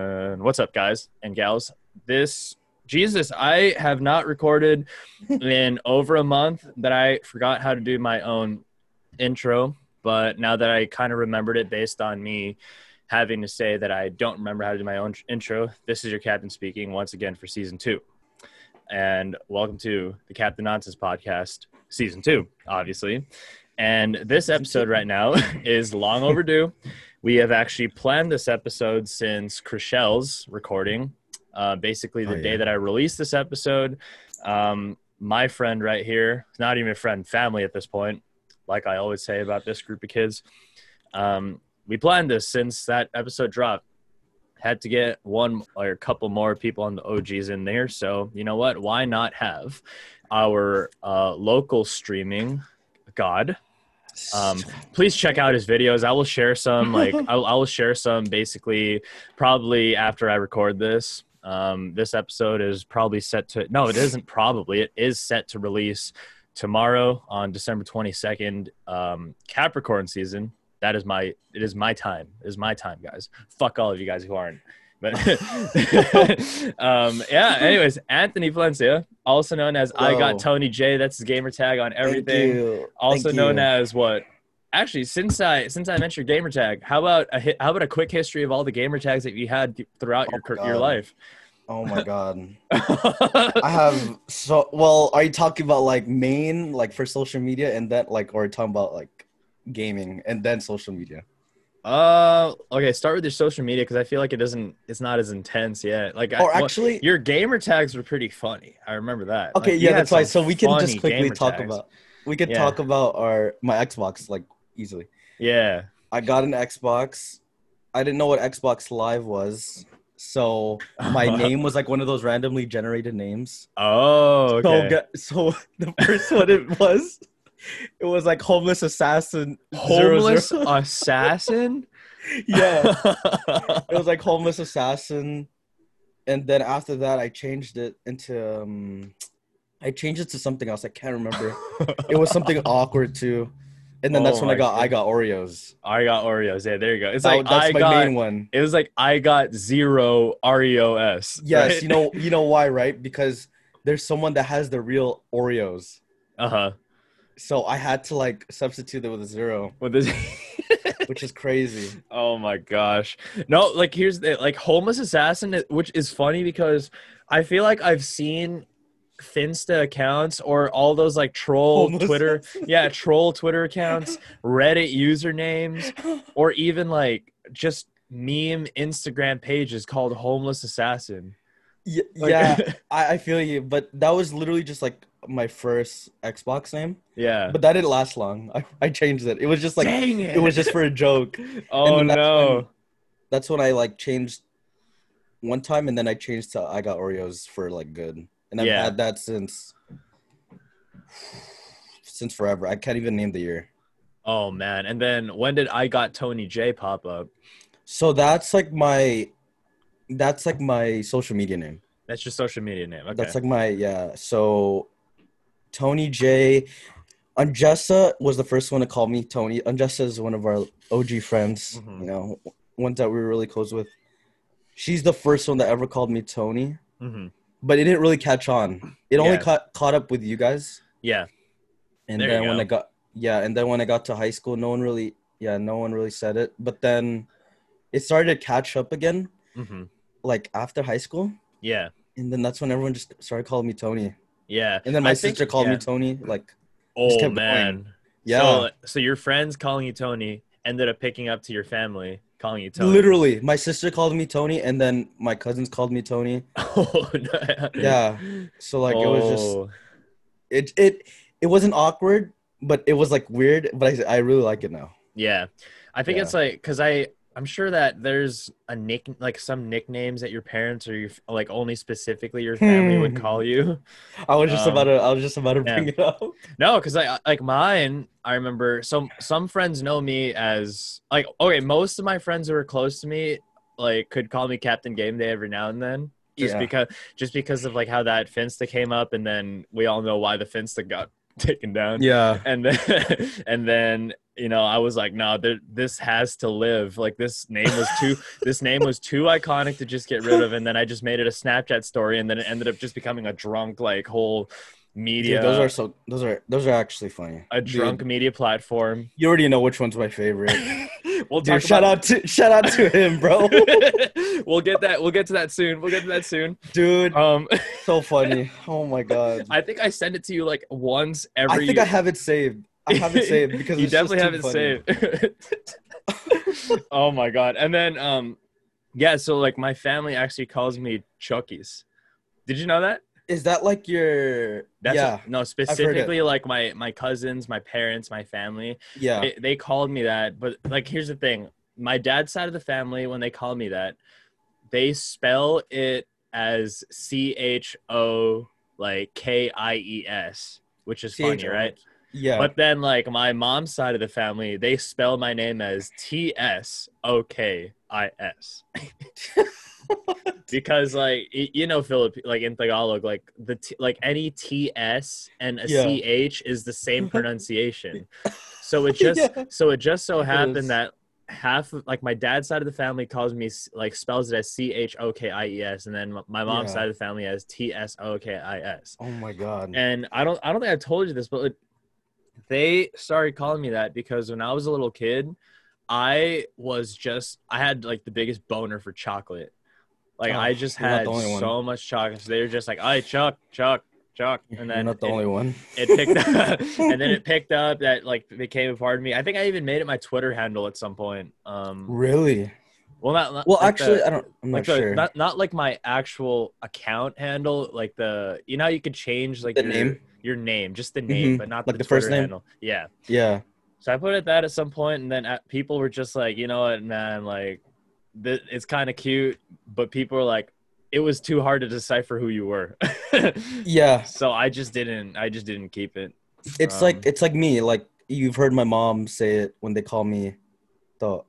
one. What's up, guys and gals? This Jesus, I have not recorded in over a month that I forgot how to do my own intro, but now that I kind of remembered it based on me having to say that I don't remember how to do my own tr- intro, this is your captain speaking once again for season two. And welcome to the Captain Nonsense podcast, season two, obviously. And this episode right now is long overdue. We have actually planned this episode since Chriselle's recording. Uh, basically, the Oh, day yeah. that I released this episode, um, my friend right here, not even a friend, family at this point, like I always say about this group of kids, um, we planned this since that episode dropped. Had to get one or a couple more people on the OGs in there. So, you know what? Why not have our uh, local streaming god? Um, please check out his videos. I will share some, like, I'll, I will share some basically probably after I record this. Um, this episode is probably set to, no, it isn't probably, it is set to release tomorrow on December 22nd, um, Capricorn season. That is my, it is my time. It is my time, guys. Fuck all of you guys who aren't. But um, yeah, anyways, Anthony Valencia, also known as I Whoa. Got Tony J, that's his gamer tag on everything also known as what actually since i since i mentioned gamer tag how about a hi- how about a quick history of all the gamer tags that you had th- throughout your Oh my your your God. life Oh my god. I have so well. Are you talking about like main like for social media and then like, or are you talking about like gaming and then social media? uh okay start with your social media because i feel like it doesn't it's not as intense yet like I, or well, actually, your gamer tags were pretty funny i remember that okay, Like, you yeah, had that's why. some So we can just funny quickly gamer talk tags. about. We can Yeah. talk about our my Xbox like easily. yeah I got an Xbox. I didn't know what Xbox Live was, so my name was like one of those randomly generated names. oh okay So, gu- so the first one it was, it was like homeless assassin. zero, homeless zero. assassin yeah, it was like homeless assassin, and then after that I changed it into, um, I changed it to something else. I can't remember. it was something awkward too, and then Oh that's when I my got I got Oreos. i got oreos yeah there you go it's So like that's i my got main one. It was like I got zero R E O S. Yes, you know you know why, right? Because there's someone that has the real Oreos. Uh huh. So I had to like substitute it with a zero, With this. which is crazy. oh my gosh. No, like here's the like homeless assassin, it- which is funny because I feel like I've seen Finsta accounts or all those like troll Homeless Twitter, yeah, troll Twitter accounts, Reddit usernames, or even like just meme Instagram pages called homeless assassin. Y- Like- yeah, I, I feel you, but that was literally just like my first Xbox name. yeah. But that didn't last long. I, I changed it. It was just like it. Dang it. was just for a joke. oh then that's no. when- That's when I like changed one time, and then I changed to I got Oreos for like good, and I've Yeah. had that since since forever. I can't even name the year. Oh man! And then when did I got Tony J pop up? So that's like my that's like my social media name. That's your social media name. Okay. That's like my yeah. So Tony J Unjessa was the first one to call me Tony. Unjessa is one of our OG friends, Mhm. you know, ones that we were really close with. She's the first one that ever called me Tony, hmm but it didn't really catch on. It only Yeah. caught caught up with you guys. Yeah. And There you then when go. I got yeah, and then when I got to high school, no one really yeah, no one really said it. But then it started to catch up again, hmm like after high school. Yeah. And then that's when everyone just started calling me Tony. Yeah. And then my I think- sister called yeah. me Tony. Like, just Oh kept going. man. yeah, So, so your friends calling you Tony ended up picking up to your family calling you Tony. literally, my sister called me Tony, and then my cousins called me Tony. oh, no. Yeah, so like it was Oh. just it it it wasn't awkward, but it was like weird. But I I really like it now. Yeah. I think Yeah. it's like cuz I I'm sure that there's a nick like some nicknames that your parents or your f- like only specifically your family would call you. I was just Um, about to I was just about to yeah. bring it up. No, because I like mine. I remember some some friends know me as like okay. Most of my friends who are close to me like could call me Captain Game Day every now and then, just Yeah. because just because of like how that Finsta came up, and then we all know why the Finsta got taken down. Yeah. And then, and then you know, I was like, no, there, this has to live. Like this name was too, this name was too iconic to just get rid of. And then I just made it a Snapchat story, and then it ended up just becoming a drunk like whole Dude, media. those are so those are those are actually funny. a drunk media platform. You already know which one's my favorite. we'll talk Dude, shout about- out to shout out to him, bro. we'll get that. We'll get to that soon. We'll get to that soon. Dude, Um, so funny. Oh my god. I think I send it to you like once I every. think I have it saved. I have it saved because you it's just definitely have it too saved. oh my god! And then, um, yeah. So like, my family actually calls me Chuckies. Did you know that? funny. Is that like your? That's yeah, no, specifically like my my cousins, my parents, my family. yeah. They, they called me that, but like, here's the thing: my dad's side of the family, when they call me that, they spell it as C H O like K I E S, which is funny, CHO. right? yeah. But then, like my mom's side of the family, they spell my name as T S O K I S, because like y- you know, Philip, like in Tagalog, like the t- like any T S and a Yeah. C H is the same pronunciation. so it just Yeah. so it just so It is. happened that half of like my dad's side of the family calls me s- like spells it as C H O K I E S, and then m- my mom's Yeah. side of the family as T S O K I S oh my god. and I don't I don't think I've told you this, but like, they started calling me that because when I was a little kid, I was just I had like the biggest boner for chocolate. Like Oh, I just you're not had the only one. so much chocolate. So they were just like, "I Chuck, Chuck, Chuck," and You're then not the it, only one. it picked up, and then it picked up. That like became a part of me. I think I even made it my Twitter handle at some point. Um, Really? well, not, not Well, like the- actually, I don't. I'm like not the, sure. not not like my actual account handle, like the you know how you could change like The your, name? your name, just the name, Mhm. but not Like the, the first Twitter name? handle. Yeah. yeah. So I put it that at some point, and then uh, people were just like, you know what, man, like th- it's kind of cute, but people were like, it was too hard to decipher who you were. Yeah. so I just didn't. I just didn't keep it. It's Um, like it's like me. Like you've heard my mom say it when they call me, the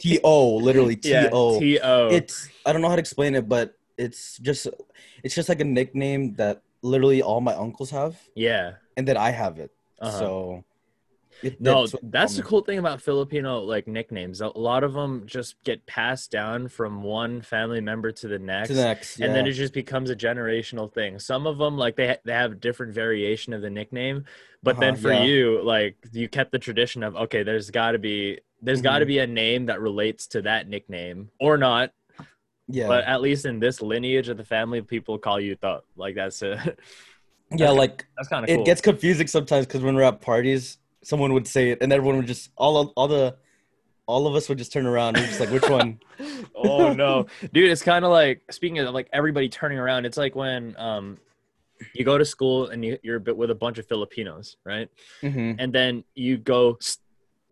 T O. Literally T Yeah. O. T O. It's I don't know how to explain it, but it's just it's just like a nickname that literally all my uncles have, Yeah. and that I have it. Uh-huh. So. It, No, what they that's call the me. cool thing about Filipino like nicknames. A lot of them just get passed down from one family member to the next, To the next, and then yeah. it just becomes a generational thing. Some of them like they ha- they have different variation of the nickname, but then Uh-huh, for yeah. you, like you kept the tradition of okay, there's got to be there's got to Mhm. be a name that relates to that nickname or not, yeah. but at least in this lineage of the family, people call you Thug. Like that's it. yeah, like that's kind of it cool. gets confusing sometimes because when we're at parties, someone would say it, and everyone would just all all the all of us would just turn around and just like which one? oh no dude it's kind of like speaking of like everybody turning around it's like when um you go to school and you, you're a bit with a bunch of filipinos right Mhm. and then you go "Sst,"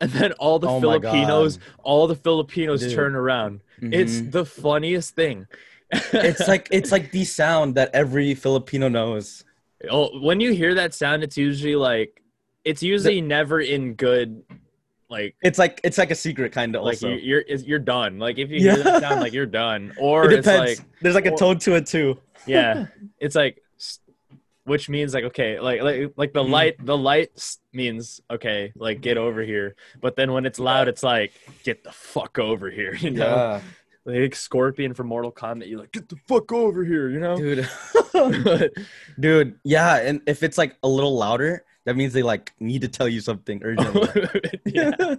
and then all the Oh my filipinos all the filipinos Dude. turn around it's Mhm. the funniest thing it's like it's like the sound that every Filipino knows. oh when you hear that sound it's usually like it's usually never in good like It's like it's like a secret kind of like you, also. you're it's- you're done like if you Yeah. hear that sound like you're done or it it's depends. like There's like a or- tone to it too. yeah it's like s- which means like okay like like, like the Mhm. light the light s- means okay like get over here but then when it's loud it's like get the fuck over here you know Yeah, like scorpion from mortal kombat you're like get the fuck over here you know dude, dude, yeah. And if it's like a little louder, that means they like need to tell you something urgently. yeah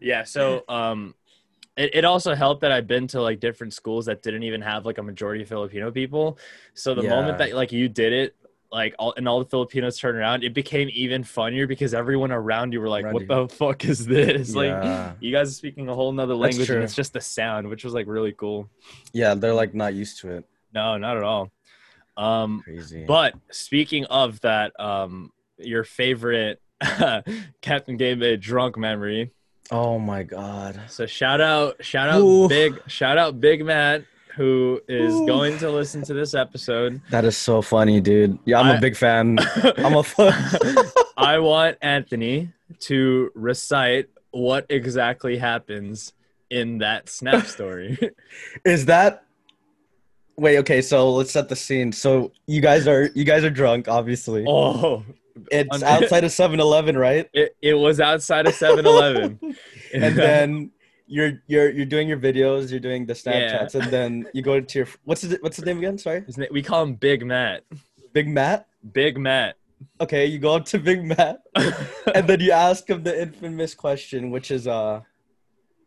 yeah so um it, it also helped that i've been to like different schools that didn't even have like a majority of filipino people so the moment Yeah. that like you did it like all and all the filipinos turned around it became even funnier because everyone around you were like Around what you. the fuck is this Yeah. like you guys are speaking a whole nother That's language true. and it's just the sound which was like really cool yeah, they're like not used to it. no not at all um Crazy. but speaking of that um your favorite captain david drunk memory oh my god. So shout out, shout out, Ooh. big, shout out, Big Matt, who is Ooh. going to listen to this episode. That is so funny, dude. Yeah, I'm I, am I- a big fan. I'm a fan. I want Anthony to recite what exactly happens in that snap story. is that? Wait, okay. So let's set the scene. So you guys are you guys are drunk, obviously. oh, It's outside of 7-Eleven, right? It, it was outside of 7 Eleven. And then you're you're you're doing your videos, you're doing the Yeah. Snapchats, and then you go to your what's his, what's his name again? Sorry, we call him Big Matt. Big Matt. Big Matt. Okay, you go up to Big Matt, and then you ask him the infamous question, which is uh,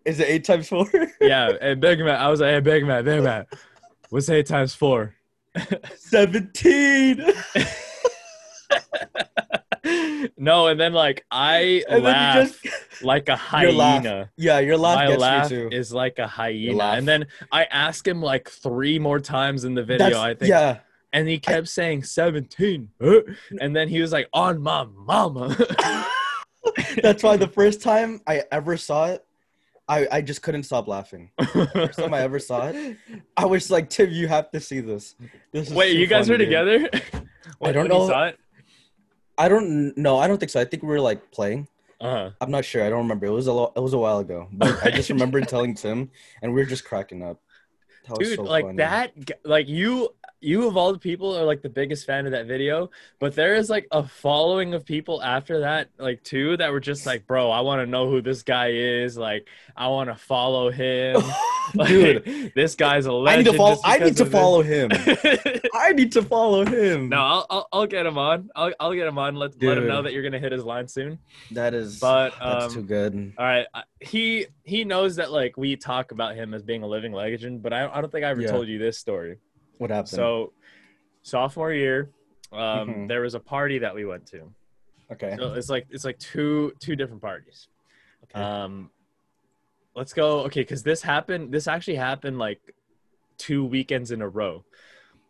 is it eight times four? yeah, hey, Big Matt. I was like, hey, Big Matt, Big Matt. What's eight times four? Seventeen. no, and then like I And laugh then you just like a Your laugh. hyena. yeah, your laugh My gets laugh me too. is like a hyena. laugh. And then I asked him like three more times in the video, That's- I think. Yeah, And he kept saying 17. huh?" And then he was like, on my mama. that's why the first time I ever saw it, I I just couldn't stop laughing. First time I ever saw it, I was like, Tim, you have to see this. This is Wait, too you guys were funny, dude." together? When- don't when you know. saw it? I don't know. I don't think so. I think we were like playing. Uh-huh. I'm not sure. I don't remember. It was a lo- it was a while ago. But I just remember telling Tim, and we were just cracking up. That was Dude, so like funny. that, g- like you, you of all the people are like the biggest fan of that video. But there is like a following of people after that, like two that were just like, bro, I want to know who this guy is. Like, I want to follow him. Like, dude. this guy's a I need um, legend. to follow. just I need to because follow him. of this. I need to follow him. no, I'll, I'll I'll get him on. I'll I'll get him on. Let let him know Dude. that you're gonna hit his line soon. that is. But um, that's too good. all right, I- he he knows that like we talk about him as being a living legend, but I I don't think I ever Yeah. told you this story. What happened? So sophomore year, um, Mhm. there was a party that we went to. okay. So it's like it's like two two different parties. okay. Um, let's go. Okay, because this happened. This actually happened like two weekends in a row.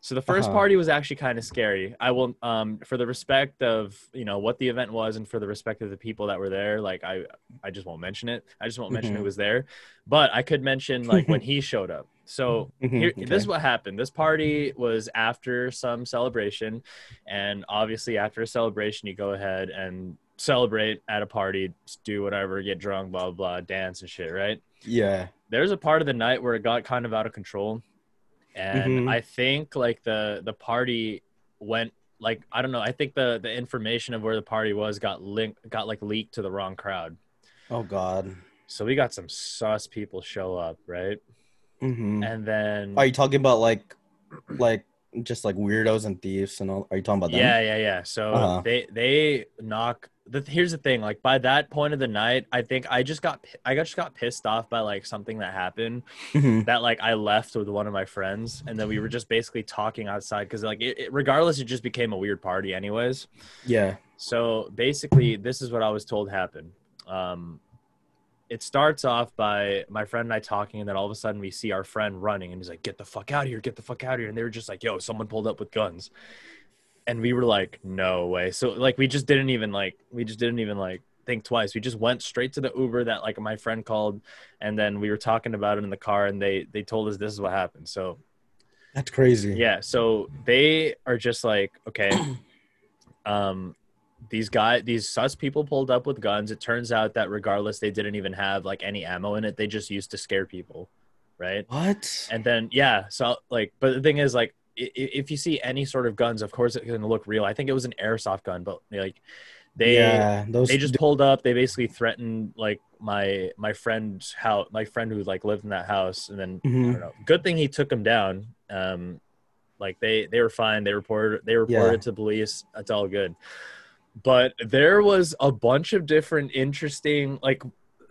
So the 1st Uh-huh. party was actually kind of scary. I will, um, for the respect of you know what the event was, and for the respect of the people that were there. Like I, I just won't mention it. I just won't mention who Mhm. was there, but I could mention like when he showed up. So Mhm, here, this is okay. what happened. This party was after some celebration, and obviously after a celebration, you go ahead and celebrate at a party, just do whatever, get drunk, blah blah, blah dance and shit, right? yeah. There's a part of the night where it got kind of out of control, and Mhm. I think like the the party went like I don't know. I think the the information of where the party was got linked got like leaked to the wrong crowd. Oh God. So we got some sus people show up, right? hmm And then Are you talking about like, like just like weirdos and thieves and all? Are you talking about them? Yeah, yeah, yeah. So Uh-huh. they they knock. The, here's the thing. Like by that point of the night, I think I just got pi- I got- just got pissed off by like something that happened. Mhm. That like I left with one of my friends, and then we were just basically talking outside because like it, it, regardless, it just became a weird party anyways. Yeah. So basically, this is what I was told happened. Um, it starts off by my friend and I talking, and then all of a sudden we see our friend running, and he's like, "Get the fuck out of here! Get the fuck out of here!" And they were just like, "Yo, someone pulled up with guns," and we were like, "No way!" So like, we just didn't even like, we just didn't even like think twice. We just went straight to the Uber that like my friend called, and then we were talking about it in the car, and they they told us this is what happened. So That's crazy. yeah, so they are just like, okay, um, these guy, these sus people pulled up with guns. It turns out that regardless, they didn't even have like any ammo in it. They just used to scare people, right? What? And then yeah, so like, but the thing is like, i- i- if you see any sort of guns, of course it's gonna look real. I think it was an airsoft gun, but like, they yeah. Those. they just pulled up they basically threatened like my my friend's house my friend who like lived in that house and then I Mhm. don't know. good thing he took him down um like they they were fine they reported they reported Yeah. to police it's all good but there was a bunch of different interesting like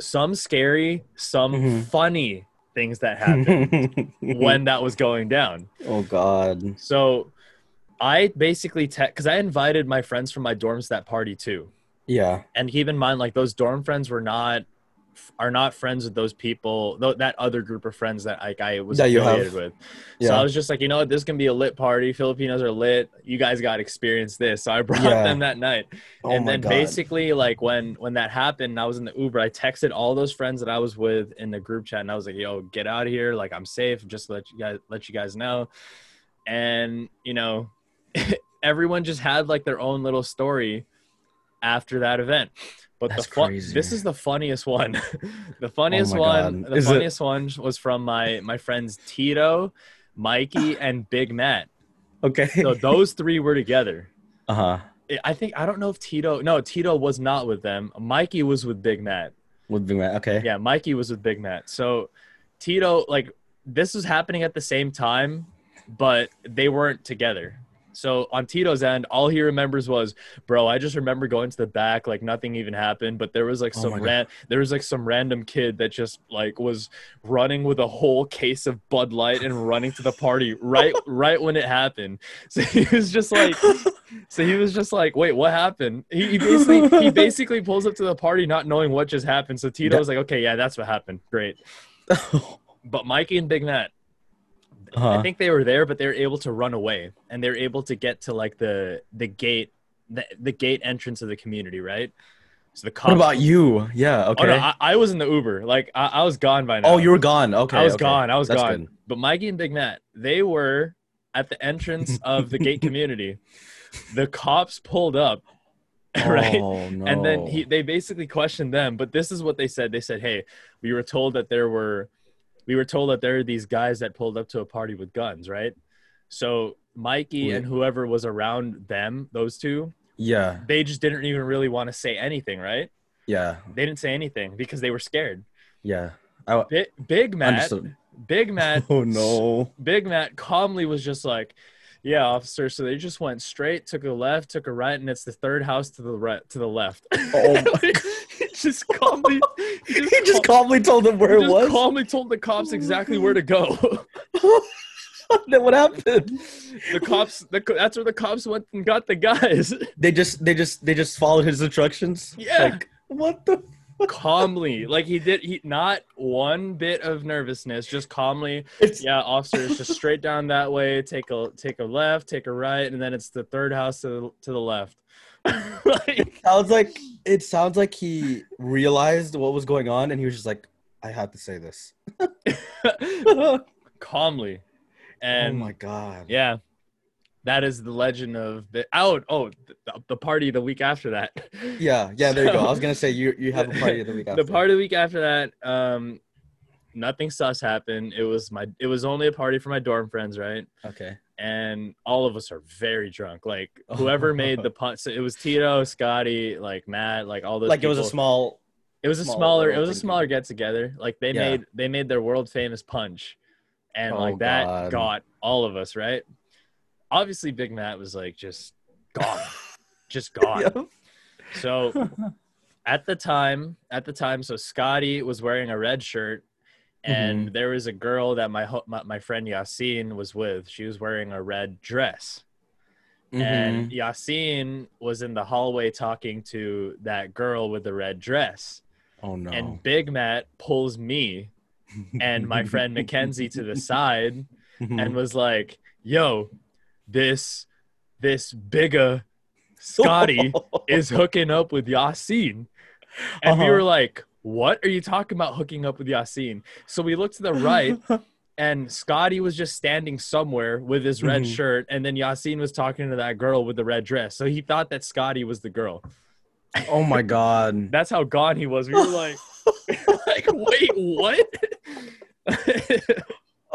some scary some Mhm. funny things that happened when that was going down oh God. so i basically te- cuz i invited my friends from my dorms to that party too Yeah. and keep in mind like those dorm friends were not are not friends with those people tho- that other group of friends that like I was That you have. affiliated with. So Yeah. I was just like, you know what, this can be a lit party. Filipinos are lit. You guys got to experience this. So I brought Yeah. them that night, oh and my then God. basically like when when that happened, I was in the Uber. I texted all those friends that I was with in the group chat, and I was like, yo, get out of here. Like I'm safe. Just let you guys let you guys know, and you know, everyone just had like their own little story after that event. But That's the fu- crazy. Oh this is the funniest one. the funniest my one, God. the Is it- funniest one was from my my friends Tito, Mikey, and Big Matt. Okay. So those three were together. uh huh. I think I don't know if Tito. No, Tito was not with them. Mikey was with Big Matt. Would be right. Okay. Yeah, Mikey was with Big Matt. So Tito, like, this was happening at the same time, but they weren't together. So on Tito's end, all he remembers was, "Bro, I just remember going to the back, like nothing even happened, but there was like Oh some my God. ran- there was like some random kid that just like was running with a whole case of Bud Light and running to the party right right when it happened." So he was just like, so he was just like, "Wait, what happened?" He, he basically he basically pulls up to the party not knowing what just happened. So Tito That- was like, "Okay, yeah, that's what happened. Great." But Mikey and Big Matt, I Uh-huh. think they were there, but they were able to run away, and they were able to get to like the the gate, the, the gate entrance of the community, right? So the cops. What about you? Yeah. Oh Okay. no, I, I was in the Uber. Like I, I was gone by now. Oh, you were gone. Okay. I was okay. gone. I was That's gone. But Mikey and Big Matt, they were at the entrance of the gate community. The cops pulled up, right? Oh, no. And then he, they basically questioned them, but this is what they said. They said, "Hey, we were told that there were, we were told that there are these guys that pulled up to a party with guns, right? So Mikey Yeah. and whoever was around them, those two, Yeah. they just didn't even really want to say anything, right? Yeah. They didn't say anything because they were scared. Yeah. I Big, Big Matt, understood. Big Matt, Oh no. Big Matt calmly was just like, "Yeah, officer." So they just went straight, took a left, took a right, and it's the third house to the right, to the left. Oh my- he just calmly, he just, he just cal- calmly told them he where it just was. calmly told the cops exactly where to go. then what happened? the cops, the, co- that's where the cops went and got the guys. They just they just they just followed his instructions. Yeah. Like, what the? calmly, like he did, he not one bit of nervousness, just calmly. It's, Yeah, officer, it's just straight down that way. Take a take a left, take a right, and then it's the third house to the, to the left. like, Sounds like it sounds like he realized what was going on, and he was just like, "I had to say this." oh calmly. And my god. yeah, that is the legend of the out. Oh, the, the party the week after that. Yeah. Yeah. There you go. I was So- gonna say you you have a party the week after. The party the week after that, um, nothing sus happened. It was my it was only a party for my dorm friends, right? Okay. And all of us are very drunk. Like whoever made the punt, so it was Tito, Scotty, like Matt, like all those. Like it was a people. small. It was a small smaller. It little was a thing. smaller get together. Like they Yeah. made they made their world famous punch, and like Oh, that God. got all of us right. Obviously, Big Matt was like just gone, just gone. So at the time, at the time, so Scotty was wearing a red shirt, and there was a girl that my, ho- my my friend Yasin was with. She was wearing a red dress, Mm-hmm. and Yasin was in the hallway talking to that girl with the red dress oh no. and Big Matt pulls me and my friend Mackenzie to the side and was like, "Yo, this this bigger Scotty is hooking up with Yasin," and we Uh-huh. were like, "What are you talking about hooking up with Yasin?" So we looked to the right. And Scotty was just standing somewhere with his red Mhm. shirt, and then Yasin was talking to that girl with the red dress. So he thought that Scotty was the girl. Oh my god. That's how gone he was. We were like, like, wait, what?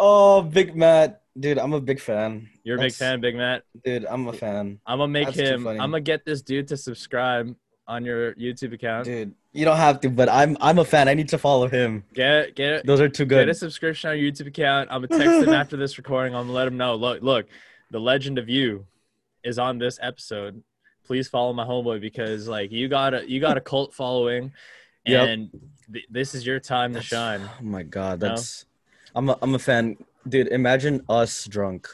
Oh, Big Matt, dude, I'm a big fan. You're a big That's- fan, Big Matt. dude. I'm a fan, I'm gonna make That's too him. I'm funny. gonna get this dude to subscribe on your YouTube account. dude. You don't have to, but I'm I'm a fan. I need to follow him. Get get Those are too get a good. subscription on your YouTube account. I'm gonna text him after this recording. I'm gonna let him know. Look, look, the legend of you is on this episode. Please follow my homeboy because like you got a you got a cult following, Yep. and th- this is your time to That's- shine. Oh my god, No? that's I'm a, I'm a fan, dude. Imagine us drunk.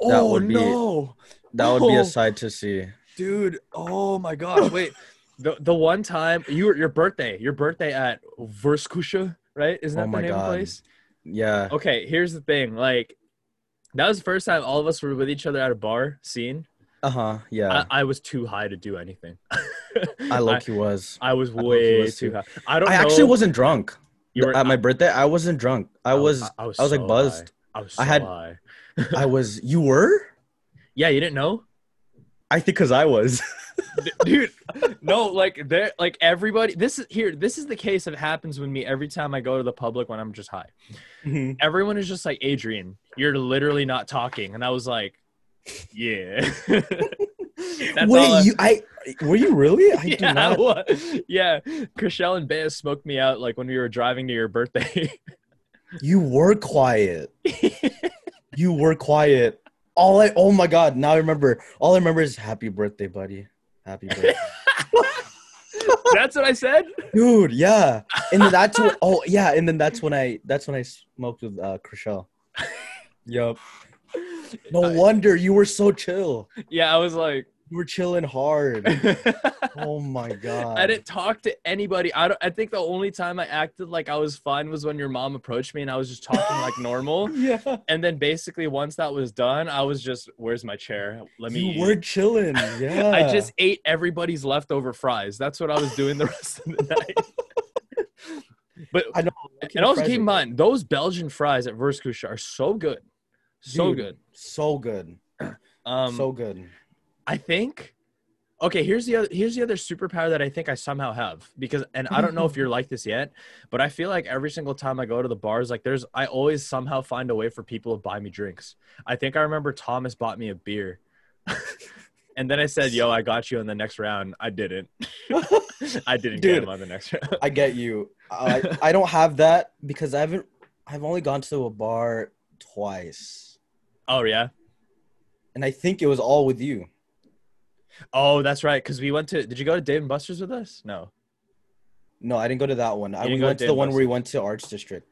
That oh would be- no. That would be No. a sight to see. dude oh my gosh wait the the one time you were your birthday your birthday at verskusha right isn't Oh that the my name of God. the place Yeah. okay here's the thing like that was the first time all of us were with each other at a bar scene Uh huh. Yeah. I, I was too high to do anything I, low key was. I, I was I low-key way was too too. high i don't I know actually wasn't drunk you were, Oh. at my birthday. I wasn't drunk. I was. I was, like, so buzzed. high. i was so I had- high I was. You were? yeah you didn't know I think because I was. D- dude no like there like everybody this is here this is the case that happens with me every time i go to the public when i'm just high everyone is just like adrian you're literally not talking and i was like yeah That's Wait, all I- you I were you really? I do yeah, not. what? yeah. Chriselle and Bea smoked me out like when we were driving to your birthday. You were quiet. you were quiet. All I oh my god, now I remember. All I remember is happy birthday, buddy. Happy birthday. That's what I said. Dude, yeah. And then that's what oh yeah, and then that's when I that's when I smoked with uh Chriselle. Yup. No Uh, wonder you were so chill. Yeah, I was like, You were chilling hard. I Oh my god. didn't talk to anybody. I don't. I think the only time I acted like I was fine was when your mom approached me and I was just talking like normal. yeah. And then basically once that was done, I was just, "Where's my chair? Let me." eat." You were chilling. Yeah. I just ate everybody's leftover fries. That's what I was doing the rest of the night. But I know. Looking and also fresh keep in again. mind those Belgian fries at Verskush are so good, so Dude. good. so good. Um, so good. I think. Okay, here's the other here's the other superpower that I think I somehow have because and I don't know if you're like this yet, but I feel like every single time I go to the bars, like there's I always somehow find a way for people to buy me drinks. I think I remember Thomas bought me a beer. and then I said, Yo, I got you on the next round. I didn't. I didn't get Dude. him on the next round. I get you. I I don't have that because I haven't I've only gone to a bar twice. Oh yeah. And I think it was all with you. Oh, that's right. Cause we went to did you go to Dave and Buster's with us? No. No, I didn't go to that one. I didn't we go went to to the Dan one where we went to Arts District.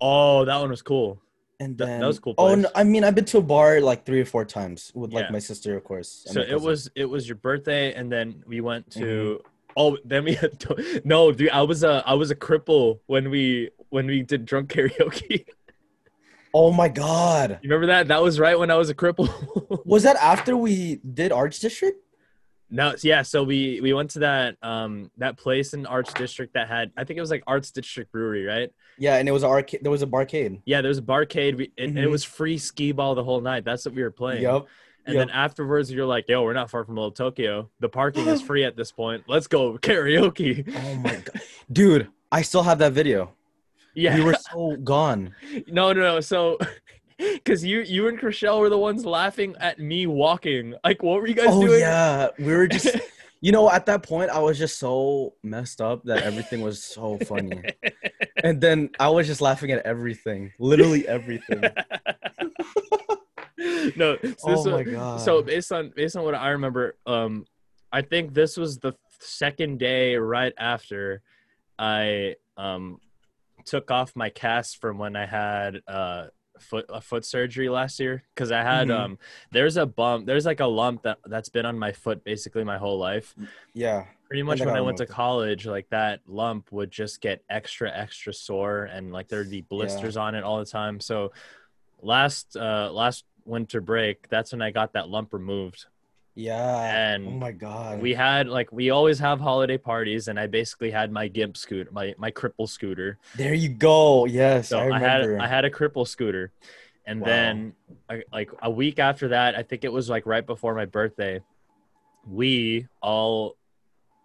Oh, that one was cool. And That- that then was a cool Oh no, place. I mean I've been to a bar like three or four times with Yeah. like my sister, of course. and So my it cousin. was it was your birthday, and then we went to Mm-hmm. oh then we had to, no dude I was a I was a cripple when we when we did drunk karaoke. Oh my god. you remember that? That was right when I was a cripple. Was that after we did Arts District? no, yeah. So we we went to that um that place in Arts District that had I think it was like Arts District Brewery, right? Yeah, and it was an arcade there was a barcade. Yeah, there was a barcade. We, and, and it Mhm. was free skee ball the whole night. That's what we were playing. Yep. And then afterwards, you're like, "Yo, we're not far from Little Tokyo. The parking is free at this point. Let's go karaoke." Oh my god. Dude, I still have that video. Yeah, We were so gone. No, no, no. So, because you you and Chriselle were the ones laughing at me walking. Like, what were you guys oh doing? yeah, we were just. you know, at that point, I was just so messed up that everything was so funny, and then I was just laughing at everything, literally everything. no. So this oh my was- god. so based on based on what I remember, um, I think this was the second day right after I um took off my cast from when I had uh foot a foot surgery last year because I had Mhm. um there's a bump there's like a lump that that's been on my foot basically my whole life yeah, pretty much think when I I went to removed it. college, like that lump would just get extra, extra sore, and like there'd be blisters on it all the time. So last uh last winter break, that's when I got that lump removed. yeah. And oh my god. We had like we always have holiday parties, and I basically had my gimp scooter, my my cripple scooter. there you go. Yes, So I I, had remember. I had a cripple scooter, and Wow. then I, like a week after that, I think it was like right before my birthday, we all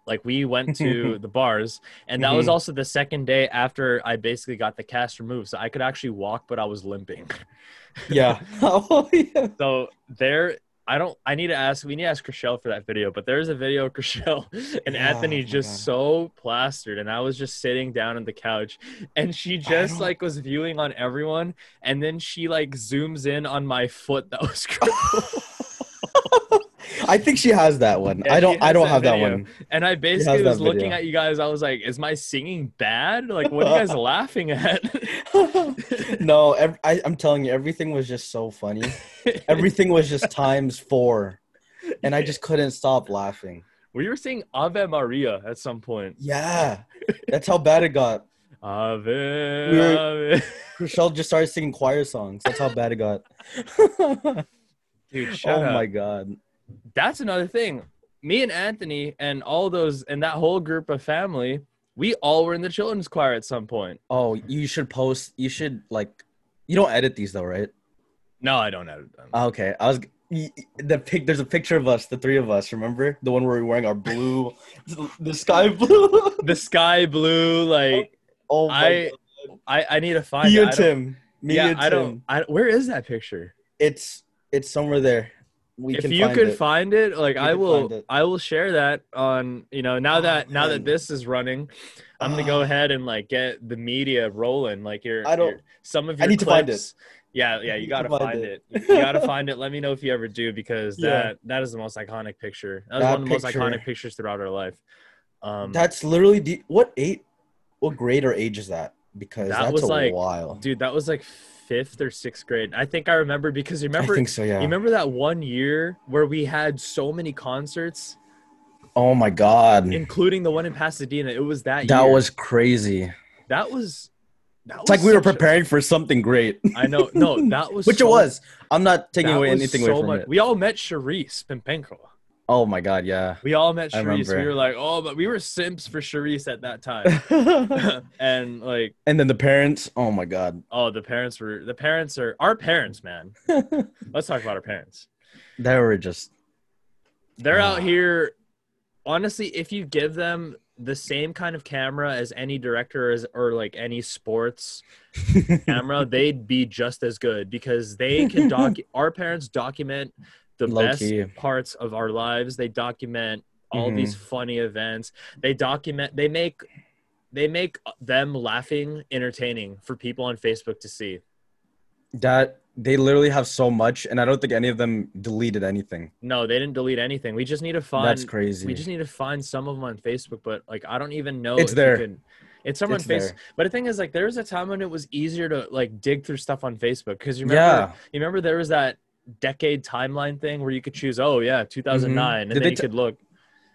like we went to the bars, and that was Mhm. also the second day after I basically got the cast removed, so I could actually walk, but I was limping. yeah. oh yeah. So there. I don't. I need to ask. We need to ask Chriselle for that video. But there's a video of Chriselle and Yeah, oh Anthony my just God. so plastered, and I was just sitting down on the couch, and she just don't- like was viewing on everyone, and then she like zooms in on my foot that was crippled, I think she has that one. Yeah, I she don't. I has don't that have that video. one. and I basically that was looking video. at you guys. I was like, "Is my singing bad? Like, what are you guys laughing at?" no, ev- I, I'm telling you, everything was just so funny. everything was just times four and i just couldn't stop laughing We were saying Ave Maria at some point. yeah that's how bad it got Ave. We Ave. Chriselle just started singing choir songs that's how bad it got Dude, shut oh up. my god that's another thing. Me and Anthony and all those and that whole group of family, we all were in the children's choir at some point. oh you should post you should like you don't edit these though right No, I don't edit them. Ah, okay i was y- y- the pic there's a picture of us the three of us remember the one where we're wearing our blue the sky blue the sky blue, like oh my I, I, I need to find. it. you and I don't- tim me yeah, and I tim don't. I, where is that picture? it's it's somewhere there we if can you find could it. find it like We i can find will it. i will share that on you know now Oh, that now that man. this is running i'm gonna go Ah. ahead and like get the media rolling like your I don't- your- some of I your need to find clips- yeah yeah I you need to gotta find find, it, it. you gotta find it let me know if you ever do because Yeah. that that is the most iconic picture that was That one of the picture. most iconic pictures throughout our life um that's literally the, what eight, what grade or age is that? Because That that's was a like- while. dude that was like fifth or sixth grade i think i remember because you remember I think so. Yeah. you remember that one year where we had so many concerts oh my god, including the one in Pasadena. It was that. that year. was crazy. that was. That It's like we were such a- preparing for something great, I know. No, that was which so- it was. I'm not taking that away was anything so away from much- it. We all met Charisse Pimpenko. Oh my god, yeah. We all met I Charisse. We remember. were like, oh, but we were simps for Charisse at that time. and like, and then the parents. Oh my god, oh, the parents were the parents are our parents, man. Let's talk about our parents. they were just They're out Ah. here. Honestly, if you give them the same kind of camera as any director as, or like any sports camera, they'd be just as good because they can doc. our parents document the Low best key. Mm-hmm. parts of our lives. They document all these funny events. They document. They make. They make them laughing entertaining for people on Facebook to see. that they literally have so much, and I don't think any of them deleted anything. No, they didn't delete anything. We just need to find. That's crazy. We just need to find some of them on Facebook, but like I don't even know. It's if you there. can- it's somewhere It's on Facebook. there. But the thing is, like, there was a time when it was easier to like dig through stuff on Facebook because you remember yeah, You remember there was that decade timeline thing where you could choose, oh yeah, 2009, and Mm-hmm. Did then they you t- could look.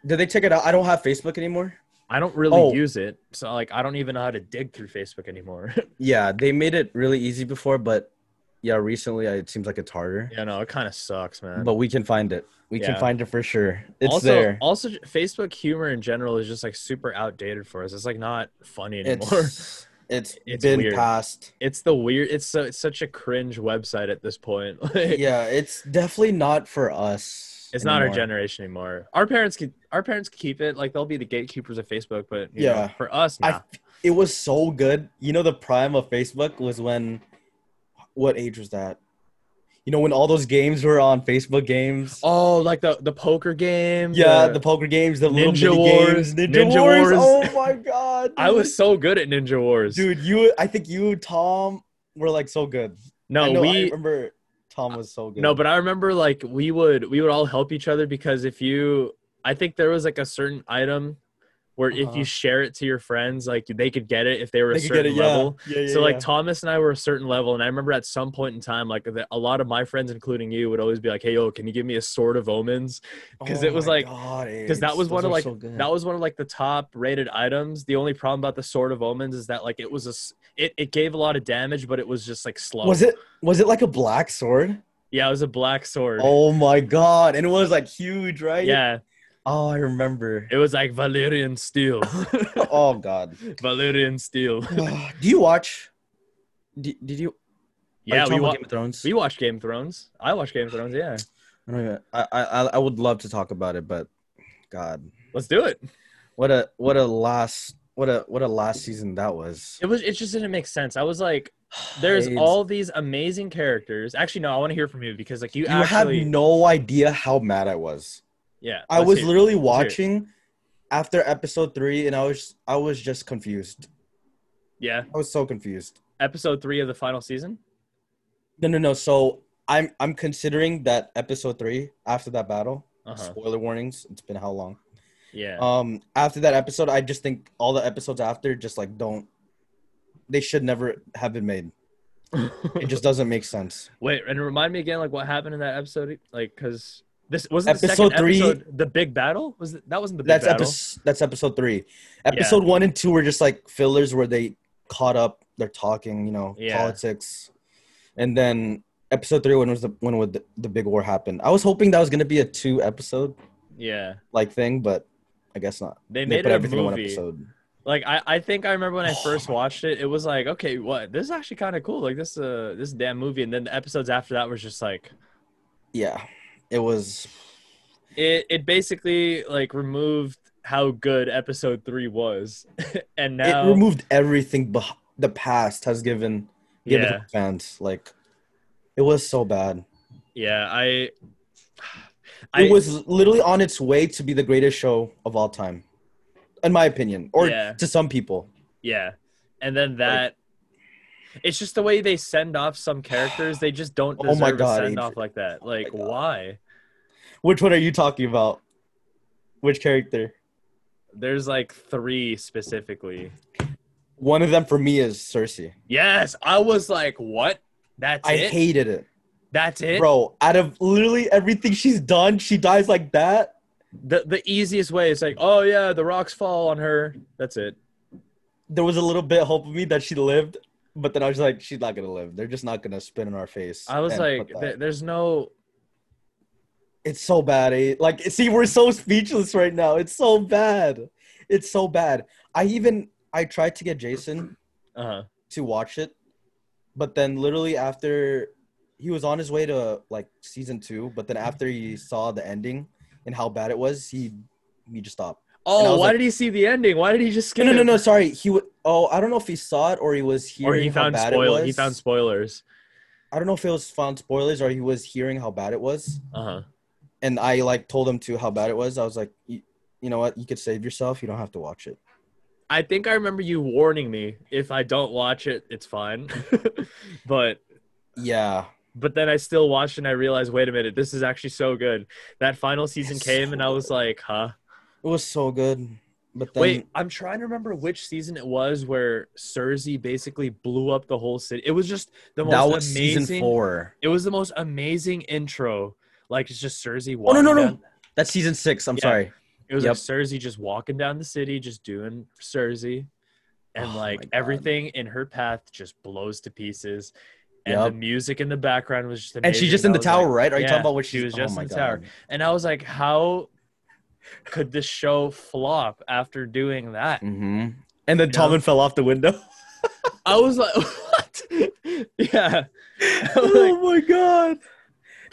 did they take it out? I don't have Facebook anymore. I don't really Oh. use it, so like I don't even know how to dig through Facebook anymore. Yeah, they made it really easy before, but yeah, recently I- it seems like it's harder. you know, it kind of sucks, man. But we can find it. We Yeah. can find it for sure. It's also, there. also Facebook humor in general is just like super outdated for us. It's like not funny anymore. It's, It's it's It's been weird. past. the weird. It's so it's such a cringe website at this point. Like, Yeah, it's definitely not for us. It's not our anymore. generation anymore. Our parents could, our parents could keep it. Like they'll be the gatekeepers of Facebook, but you Yeah. know, for us, I- nah. It was so good. You know, the prime of Facebook was when. What age was that? You know, when all those games were on Facebook games. oh, like the the poker game. yeah, the- the poker games, the little Ninja mini Wars, games, Ninja, Ninja Wars. Wars. Oh my god! I was so good at Ninja Wars. dude. You, I think you, Tom, were like so good. I no, know, I we remember Tom was so good. no, but I remember like we would we would all help each other because if you I think there was like a certain item where if Uh-huh. you share it to your friends, like they could get it if they were a they could get certain it. level. Yeah, yeah, yeah. so like yeah. Thomas and I were a certain level, and I remember at some point in time, like the, a lot of my friends, including you, would always be like, "Hey, yo, can you give me a sword of omens?" 'cause it was Oh my like- God, Because that Ace, was those one of were like so good. that was one of like the top rated items. The only problem about the sword of omens is that like it was a s- it, it gave a lot of damage, but it was just like slow. Was it was it like a black sword? Yeah, it was a black sword. Oh my god! And it was like huge, right? yeah, Oh, I remember. it was like Valyrian steel. oh god. Valyrian steel. do you watch? Did, did you? are you Yeah, talking we about wa- Game of Thrones. we watched Game of Thrones. I watched Game of Thrones. Yeah, I, don't even- I, I I- I would love to talk about it, but God, let's do it. what a what a last what a what a last season that was. It was it just didn't make sense. I was like, there's It's- all these amazing characters. Actually, no, I want to hear from you because like you, You actually have no idea how mad I was. yeah. I let's was hear. literally Let's watching after episode three, and I was I was just confused. yeah I was so confused. episode three of the final season. No, no, no. So I'm I'm considering that episode three after that battle. Uh huh. Spoiler warnings. It's been how long? Yeah. Um, after that episode, I just think all the episodes after just like don't. They should never have been made. Uh, It just doesn't make sense. Wait, and remind me again, like what happened in that episode? Like, cause this wasn't the Episode second three- episode. The big battle was it, that wasn't the big That's battle. episode. That's episode three. Episode one and two were just like fillers where they caught up. They're talking, you know, Yeah. politics, and then episode three when was the when would the, the big war happen? I was hoping that was gonna be a two episode yeah, like thing, but I guess not. they They made put it a everything in one movie. episode. Like I, I think I remember when I Oh first my- watched it, it was like, okay, what? This is actually kind of cool. Like this, uh, this damn movie. And then the episodes after that was just like, Yeah, it was. it, it basically like removed how good episode three was, and now It removed everything beh- the past has given given yeah, fans. Like, it was so bad. yeah. I, it was literally on its way to be the greatest show of all time, in my opinion, or Yeah. to some people. Yeah. And then that it's just the way they send off some characters. They just don't Oh deserve my God, a send off Adrian. Oh like that. Like God. why? Which one are you talking about? Which character? There's like three specifically. One of them for me is Cersei. Yes, I was like, what? That's I it. hated it, That's it. bro. Out of literally everything she's done, she dies like that. The the easiest way is like, oh yeah, the rocks fall on her. That's it. There was a little bit hope of me that she lived, but then I was like, she's not gonna live. They're just not gonna spin in our face. I was and like, put that. there- there's no. It's so bad. Eh? Like, see, we're so speechless right now. It's so bad. It's so bad. I even I tried to get Jason Uh to watch it, but then literally after he was on his way to like season two, but then after he saw the ending and how bad it was, he he just stopped. And I Oh, was why like- did he see the ending? Why did he just skip? No, no, no, it? no. Sorry. He would. Oh, I don't know if he saw it or he was hearing Or he found how bad it spoil. was. He found spoilers. I don't know if it was found spoilers or he was hearing how bad it was. Uh huh. and I like told him to how bad it was. I was like, you, you know what? You could save yourself. You don't have to watch it. I think I remember you warning me if I don't watch it, it's fine. but Yeah. but then I still watched and I realized, wait a minute, this is actually so good. That final season It's came so and I was good. like, huh? It was so good. But then wait, I'm trying to remember which season it was where Cersei basically blew up the whole city. It was just the most that was amazing. season four. It was the most amazing intro. Like it's just Cersei Oh, no, walking. no, no. down- That's season six. I'm Yeah. sorry. It was Yep. like Cersei just walking down the city, just doing Cersei, and Oh my like God. everything in her path just blows to pieces. And the Yep. music in the background was just amazing. And she's just in I the was tower, like- right? Are you yeah, talking about what she she's was just oh my in the God. tower? And I was like, how could this show flop after doing that? hmm And then You Tommen fell off the window. I was like, what? yeah. I was like, oh my God.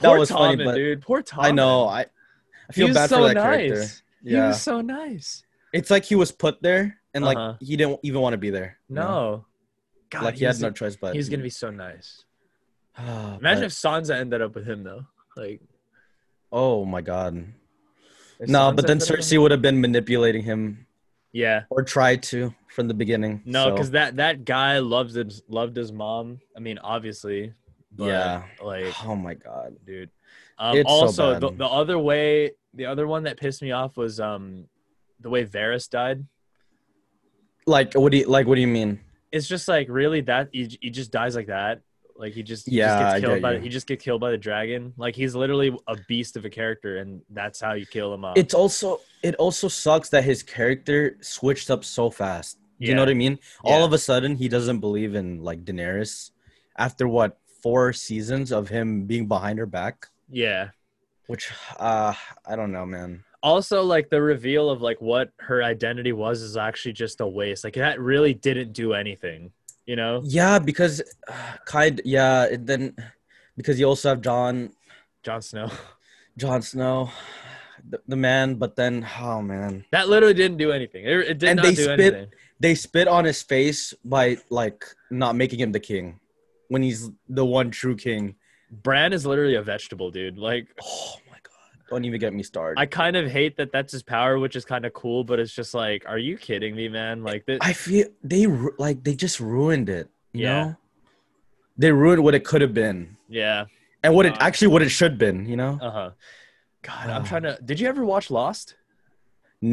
That poor was Tommen, funny, but dude. Poor Tommen. I know. I, I He feel was bad so for that nice. character. He Yeah. was so nice. It's like he was put there and like Uh-huh. he didn't even want to be there. you know? No. God, Like he he's, had no choice but he's gonna be so nice. Ah, Imagine but- if Sansa ended up with him though. Like Oh my god. if No, Sansa but then ended up with Cersei him- would have been manipulating him Yeah. or tried to from the beginning. No, so, because that that guy loved his loved his mom. I mean, obviously. But, Yeah. Like, oh my god. dude. Um, It's so also, the, bad. the other way, the other one that pissed me off was um, the way Varys died. Like what do you like what do you mean? It's just like really that he, he just dies like that. Like he just he Yeah, just I gets killed get by you. he just gets killed by the dragon. Like he's literally a beast of a character, and that's how you kill him off. It's also it also sucks that his character switched up so fast. Do you know Yeah. what I mean? All Yeah. of a sudden he doesn't believe in like Daenerys after what four seasons of him being behind her back, yeah. which uh I don't know, man. also like the reveal of like what her identity was is actually just a waste like that really didn't do anything you know Yeah, because uh, Kai yeah, it then because you also have John Jon Snow Jon Snow, the, the man, but then oh man, that literally didn't do anything it, it did And not they do spit- anything they spit on his face by like not making him the king when he's the one true king. Bran is literally a vegetable dude like Oh my god, don't even get me started. I kind of hate that that's his power which is kind of cool but it's just like are you kidding me man like that I feel they ru- like they just ruined it. You Yeah. know, they ruined what it could have been yeah and what it Uh, actually what it should been. You know, uh-huh god I'm Ah. trying to did you ever watch Lost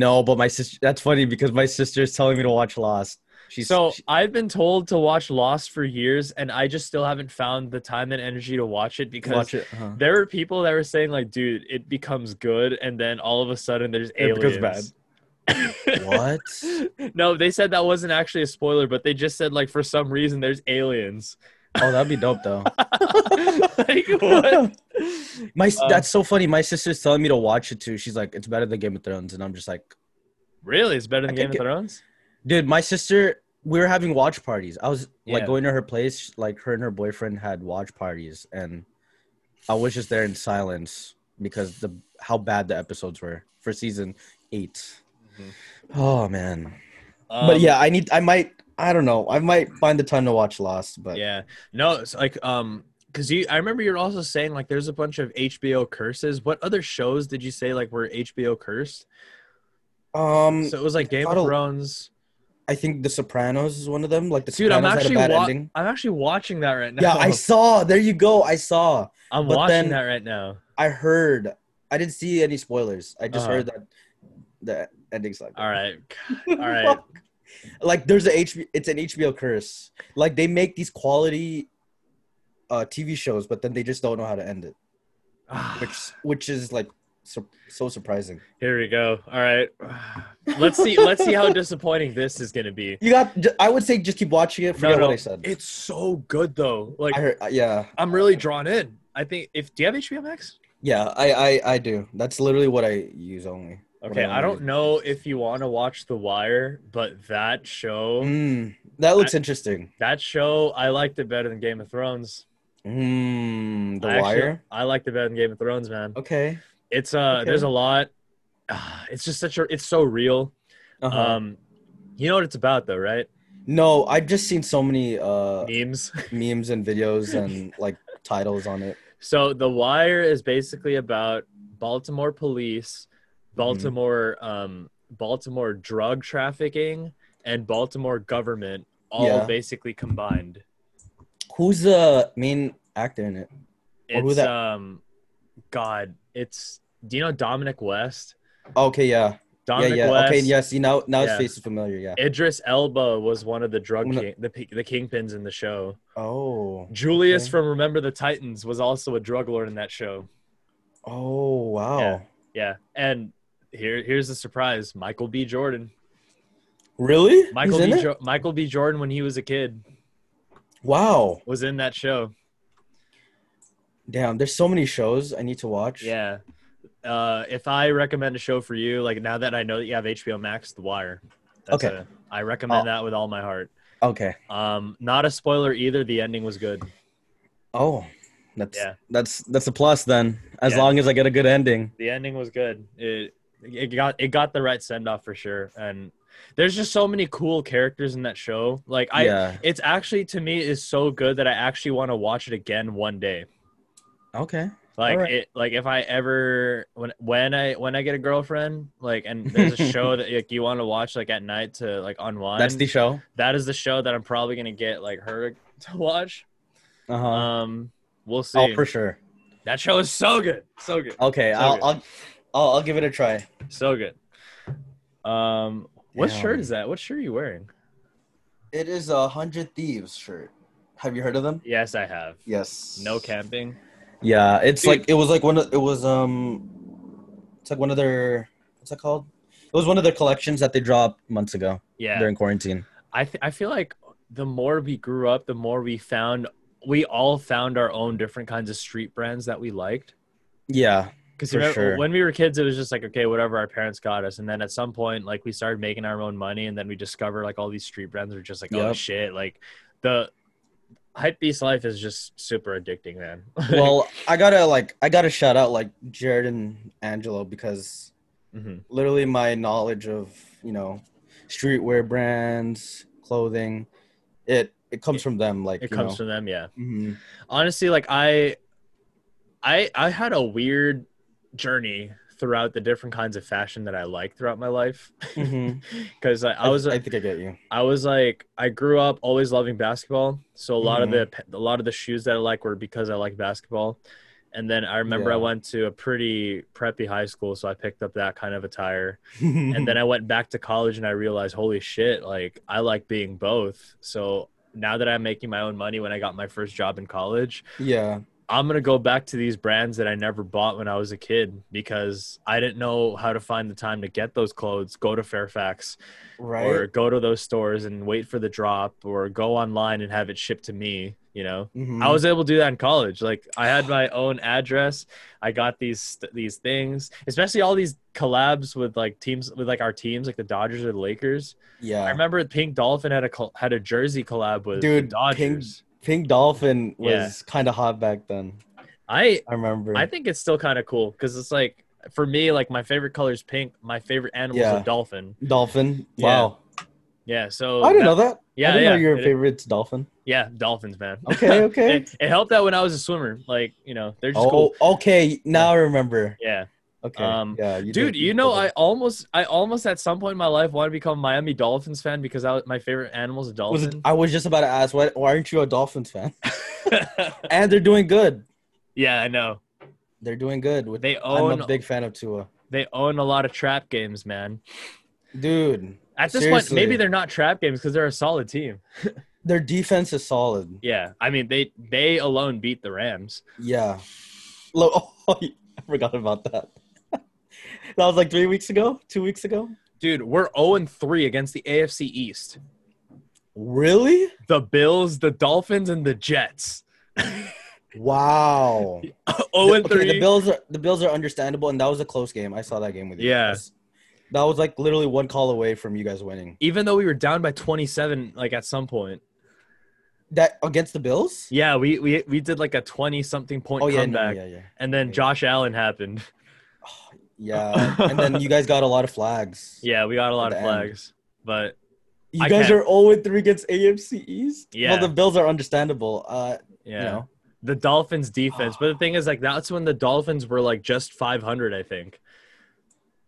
no, but my sister. That's funny because my sister is telling me to watch Lost. She's so she- I've been told to watch Lost for years and I just still haven't found the time and energy to watch it because watch it. uh-huh. huh? There were people that were saying like, dude, it becomes good, and then all of a sudden there's It aliens. becomes What? no, they said that wasn't actually a spoiler, but they just said like for some reason there's aliens. Oh, that'd be dope though. like what? My Uh, that's so funny. My sister's telling me to watch it too. She's like, it's better than Game of Thrones, and I'm just like, Really, it's better than I Game of think it- Thrones. dude. My sister, we were having watch parties. I was Yeah. like going to her place. Like her and her boyfriend had watch parties, and I was just there in silence because the how bad the episodes were for season 8 Mhm. Oh man, Um, but yeah, I need. I might. I don't know. I might find the time to watch Lost, but yeah, no, it's like um, because you i remember you're also saying like there's a bunch of hbo curses what other shows did you say like were hbo cursed Um, so it was like game Gotta- of thrones I think The Sopranos is one of them. Like The dude i'm Sopranos actually had a bad wa- ending. i'm actually watching that right now Yeah, I saw. There you go. I saw. i'm but watching then- that right now I heard. I didn't see any spoilers. I just Uh-huh. heard that the ending's like. all right All right. Like there's a HBO. It's an HBO curse. Like they make these quality uh, TV shows, but then they just don't know how to end it, which which is like sur- so surprising. here we go all right let's see let's see how disappointing this is gonna be You got. ju- I would say just keep watching it. Forget no. what I said. it's so good though like I heard. uh, yeah. i'm really drawn in i think if do you have hbo max Yeah. I, I I do. That's literally what I use only. What okay i only don't use. know if you want to watch the wire but that show Mm, that looks interesting. That show, I liked it better than Game of Thrones. Mm, the I actually- Wire. I liked it better than Game of Thrones, man. Okay. It's uh, Okay. there's a lot. Ah, It's just such a, it's so real. Uh-huh. Um, you know what it's about though, right? no, I've just seen so many uh, Memes. memes and videos and like titles on it. So The Wire is basically about Baltimore police, Mm-hmm. Baltimore, um, Baltimore drug trafficking, and Baltimore government all Yeah. basically combined. Who's the main actor in it? Or who It's that- um, God, it's do you know Dominic West? Okay, yeah, Dominic yeah, yeah. West. Okay, yeah. See now, now Yeah. his face is familiar. Yeah. Idris Elba was one of the drug One of- king, the pi- the kingpins in the show. Oh, Julius Okay. from Remember the Titans was also a drug lord in that show. oh, wow. Yeah. Yeah, and here here's the surprise: Michael B. Jordan. Really? Michael He's in B. it? Jo- Michael B. Jordan, when he was a kid, wow. was in that show. Damn, there's so many shows I need to watch. Yeah. Uh, if I recommend a show for you, like now that I know that you have HBO Max, The Wire. That's Okay. a- I recommend Oh. that with all my heart. Okay. Um, not a spoiler either. The ending was good. Oh, that's Yeah. that's that's a plus then. As Yeah. long as I get a good ending. the ending was good. It it got it got the right send off for sure. And there's just so many cool characters in that show. Like I yeah. it's actually to me is so good that I actually want to watch it again one day. Okay. Like Alright. it like if I ever when when I when I get a girlfriend, like and there's a show that like you want to watch like at night to like unwind. That's the show. that is the show that I'm probably gonna get like her to watch. Uh huh. Um we'll see. oh, for sure. that show is so good. So good. Okay, So I'll, good. I'll I'll I'll give it a try. So good. Um, what Damn. shirt is that? What shirt are you wearing? It is a hundred thieves shirt. Have you heard of them? Yes, I have. Yes. No camping. Yeah, it's Dude. like it was like one of it was um, it's like one of their what's that called? It was one of their collections that they dropped months ago Yeah, during quarantine. I th- I feel like the more we grew up, the more we found we all found our own different kinds of street brands that we liked. Yeah, Because For sure. when we were kids, it was just like okay, whatever our parents got us, and then at some point, like we started making our own money, and then we discover like all these street brands are just like oh Yep. shit, like the hype beast life is just super addicting, man. well, I gotta like I gotta shout out like Jared and Angelo because hmm literally my knowledge of you know streetwear brands, clothing, it it comes from them. Like it you comes know. from them, yeah. Mhm. honestly like i i i had a weird journey throughout the different kinds of fashion that i like throughout my life Mhm. because I, I was I I, think I get you. was like i grew up always loving basketball so a lot Mhm. of the a lot of the shoes that i like were because i like basketball and then i remember i Yeah. went to a pretty preppy high school so i picked up that kind of attire Mm-hmm. and then I went back to college and I realized, holy shit, like I like being both. So now that I'm making my own money when I got my first job in college, yeah, I'm gonna go back to these brands that I never bought when I was a kid because I didn't know how to find the time to get those clothes, go to Fairfax right. or go to those stores and wait for the drop or go online and have it shipped to me, you know. Mhm. I was able to do that in college. Like I had my own address. I got these these things, especially all these collabs with like teams with like our teams, like the Dodgers or the Lakers. yeah. I remember Pink Dolphin had a col- had a jersey collab with Dude, the Pink- Dodgers. Pink Dolphin was Yeah. kind of hot back then. I I remember. I think it's still kind of cool because it's like for me, like my favorite color is pink. My favorite animal is Yeah. a dolphin. Dolphin. Yeah. Wow. Yeah. So I didn't that- know that. Yeah, I didn't yeah. know your it- favorite's dolphin. Yeah, dolphins, man. Okay, okay. it, it helped out when I was a swimmer. Like, you know, they're just Oh, cool. okay. Now I remember. Yeah. Okay. Um, yeah, Dude, did- you know, did I almost, I almost at some point in my life wanted to become a Miami Dolphins fan because I was, my favorite animal is a Was it, dolphin. I was just about to ask, why, why aren't you a Dolphins fan? and they're doing good. yeah, I know. They're doing good. With, They I'm own, a big fan of Tua. they own a lot of trap games, man. Dude, At this point, Seriously. maybe they're not trap games because they're a solid team. their defense is solid. Yeah, I mean, they they alone beat the Rams. Yeah. Lo- Oh, I forgot about that. that was like three weeks ago, two weeks ago. Dude, we're 0 and 3 against the AFC East. Really? The Bills, the Dolphins, and the Jets. Wow. 0 Oh, and Okay, 3. the Bills are the Bills are understandable, and that was a close game. I saw that game with you. Yeah. guys. That was like literally one call away from you guys winning. Even though we were down by 27, like at some point. That against the Bills? Yeah, we we, we did like a 20 something point Oh yeah, no, comeback. yeah, yeah, And then Yeah. Josh Allen happened. yeah. And then you guys got a lot of flags. Yeah, we got a lot At of the end. flags. But You I guys can't- are 0 3 against AFC East? Yeah. Well, the Bills are understandable. Uh, yeah, You know, the Dolphins defense. But the thing is, like, that's when the Dolphins were like just 500, I think.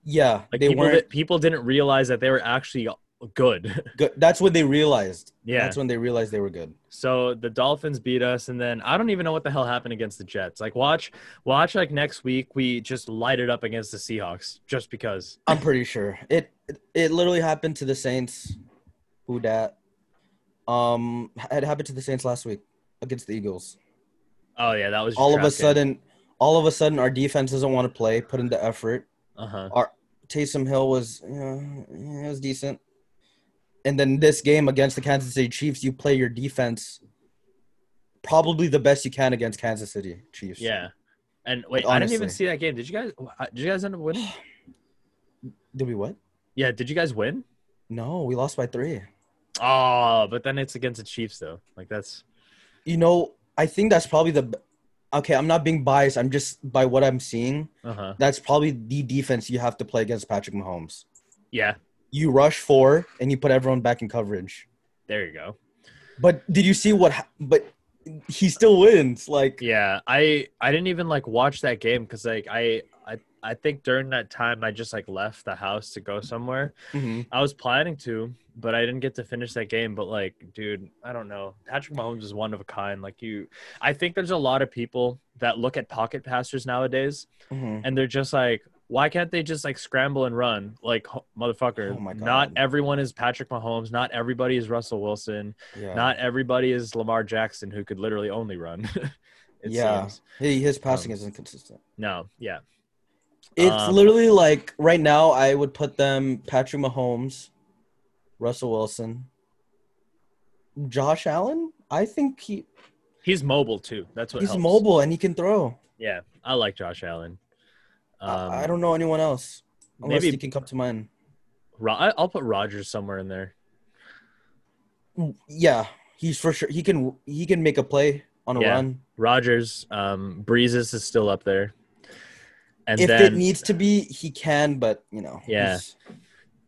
yeah, Like, they people, weren't di- people didn't realize that they were actually good. good. That's when they realized. yeah. That's when they realized they were good. So the Dolphins beat us, and then I don't even know what the hell happened against the Jets. Like watch, watch like next week we just light it up against the Seahawks just because. I'm pretty sure it, it. It literally happened to the Saints. Who dat? Um, it happened to the Saints last week against the Eagles. Oh yeah, that was All of trap a game. sudden, all of a sudden, our defense doesn't want to play, put in the effort. Uh-huh. Taysom Hill was, you know, yeah, it was decent. And then this game against the Kansas City Chiefs, you play your defense probably the best you can against Kansas City Chiefs. Yeah. And wait, Like, I didn't even honestly. see that game. Did you guys? Did you guys end up winning? Did we what? Yeah. Did you guys win? No, we lost by three. Oh, but then it's against the Chiefs though. Like that's You know, I think that's probably the. b- Okay, I'm not being biased. I'm just by what I'm seeing. uh huh. That's probably the defense you have to play against Patrick Mahomes. Yeah. You rush four and you put everyone back in coverage. There you go. But did you see what? ha- But he still wins. Like Yeah. I I didn't even like watch that game because like I I I think during that time I just like left the house to go somewhere. mhm. I was planning to, but I didn't get to finish that game. But like, dude, I don't know. Patrick Mahomes is one of a kind. Like you, I think there's a lot of people that look at pocket passers nowadays, Mhm. and they're just like, why can't they just like scramble and run? Like, ho- motherfucker, Oh my God. not everyone is Patrick Mahomes. Not everybody is Russell Wilson. yeah. Not everybody is Lamar Jackson, who could literally only run. it Yeah. seems. He, his passing Um, is inconsistent. No. Yeah. It's um, literally like right now, I would put them Patrick Mahomes, Russell Wilson, Josh Allen. I think he, He's mobile too. That's what he's helps. mobile and he can throw. Yeah, I like Josh Allen. Um, I- I don't know anyone else unless maybe- he can come to mind. Ro- I- I'll put Rogers somewhere in there. Yeah, he's for sure. He can he can make a play on a Yeah. run Rogers, um, Breezes is still up there, and if then it needs to be. He can, but you know. Yeah. he's-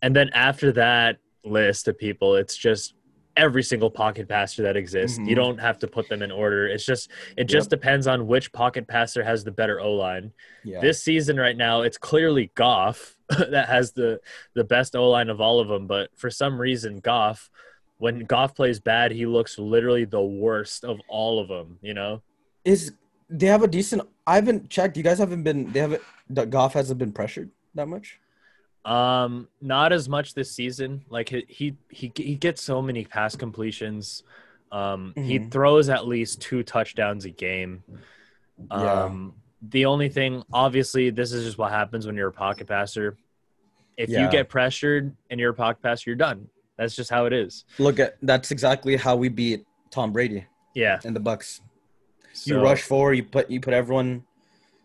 and then after that list of people, it's just every single pocket passer that exists. You Mhm. don't have to put them in order. It's just it just depends on which pocket passer has the better O line. yeah. This season right now, it's clearly Goff that has the the best O line of all of them. But for some reason, Goff, when Goff plays bad, he looks literally the worst of all of them. You know. is they have a decent. I haven't checked. You guys haven't been. They haven't. the Goff hasn't been pressured that much. Um, not as much this season. Like he he he, he gets so many pass completions. Um, he Mhm. throws at least two touchdowns a game. Yeah. Um, the only thing, obviously, this is just what happens when you're a pocket passer. If you Yeah. get pressured and you're a pocket passer, you're done. That's just how it is. Look at that's exactly how we beat Tom Brady Yeah. and the Bucks. so- you rush forward. You put you put everyone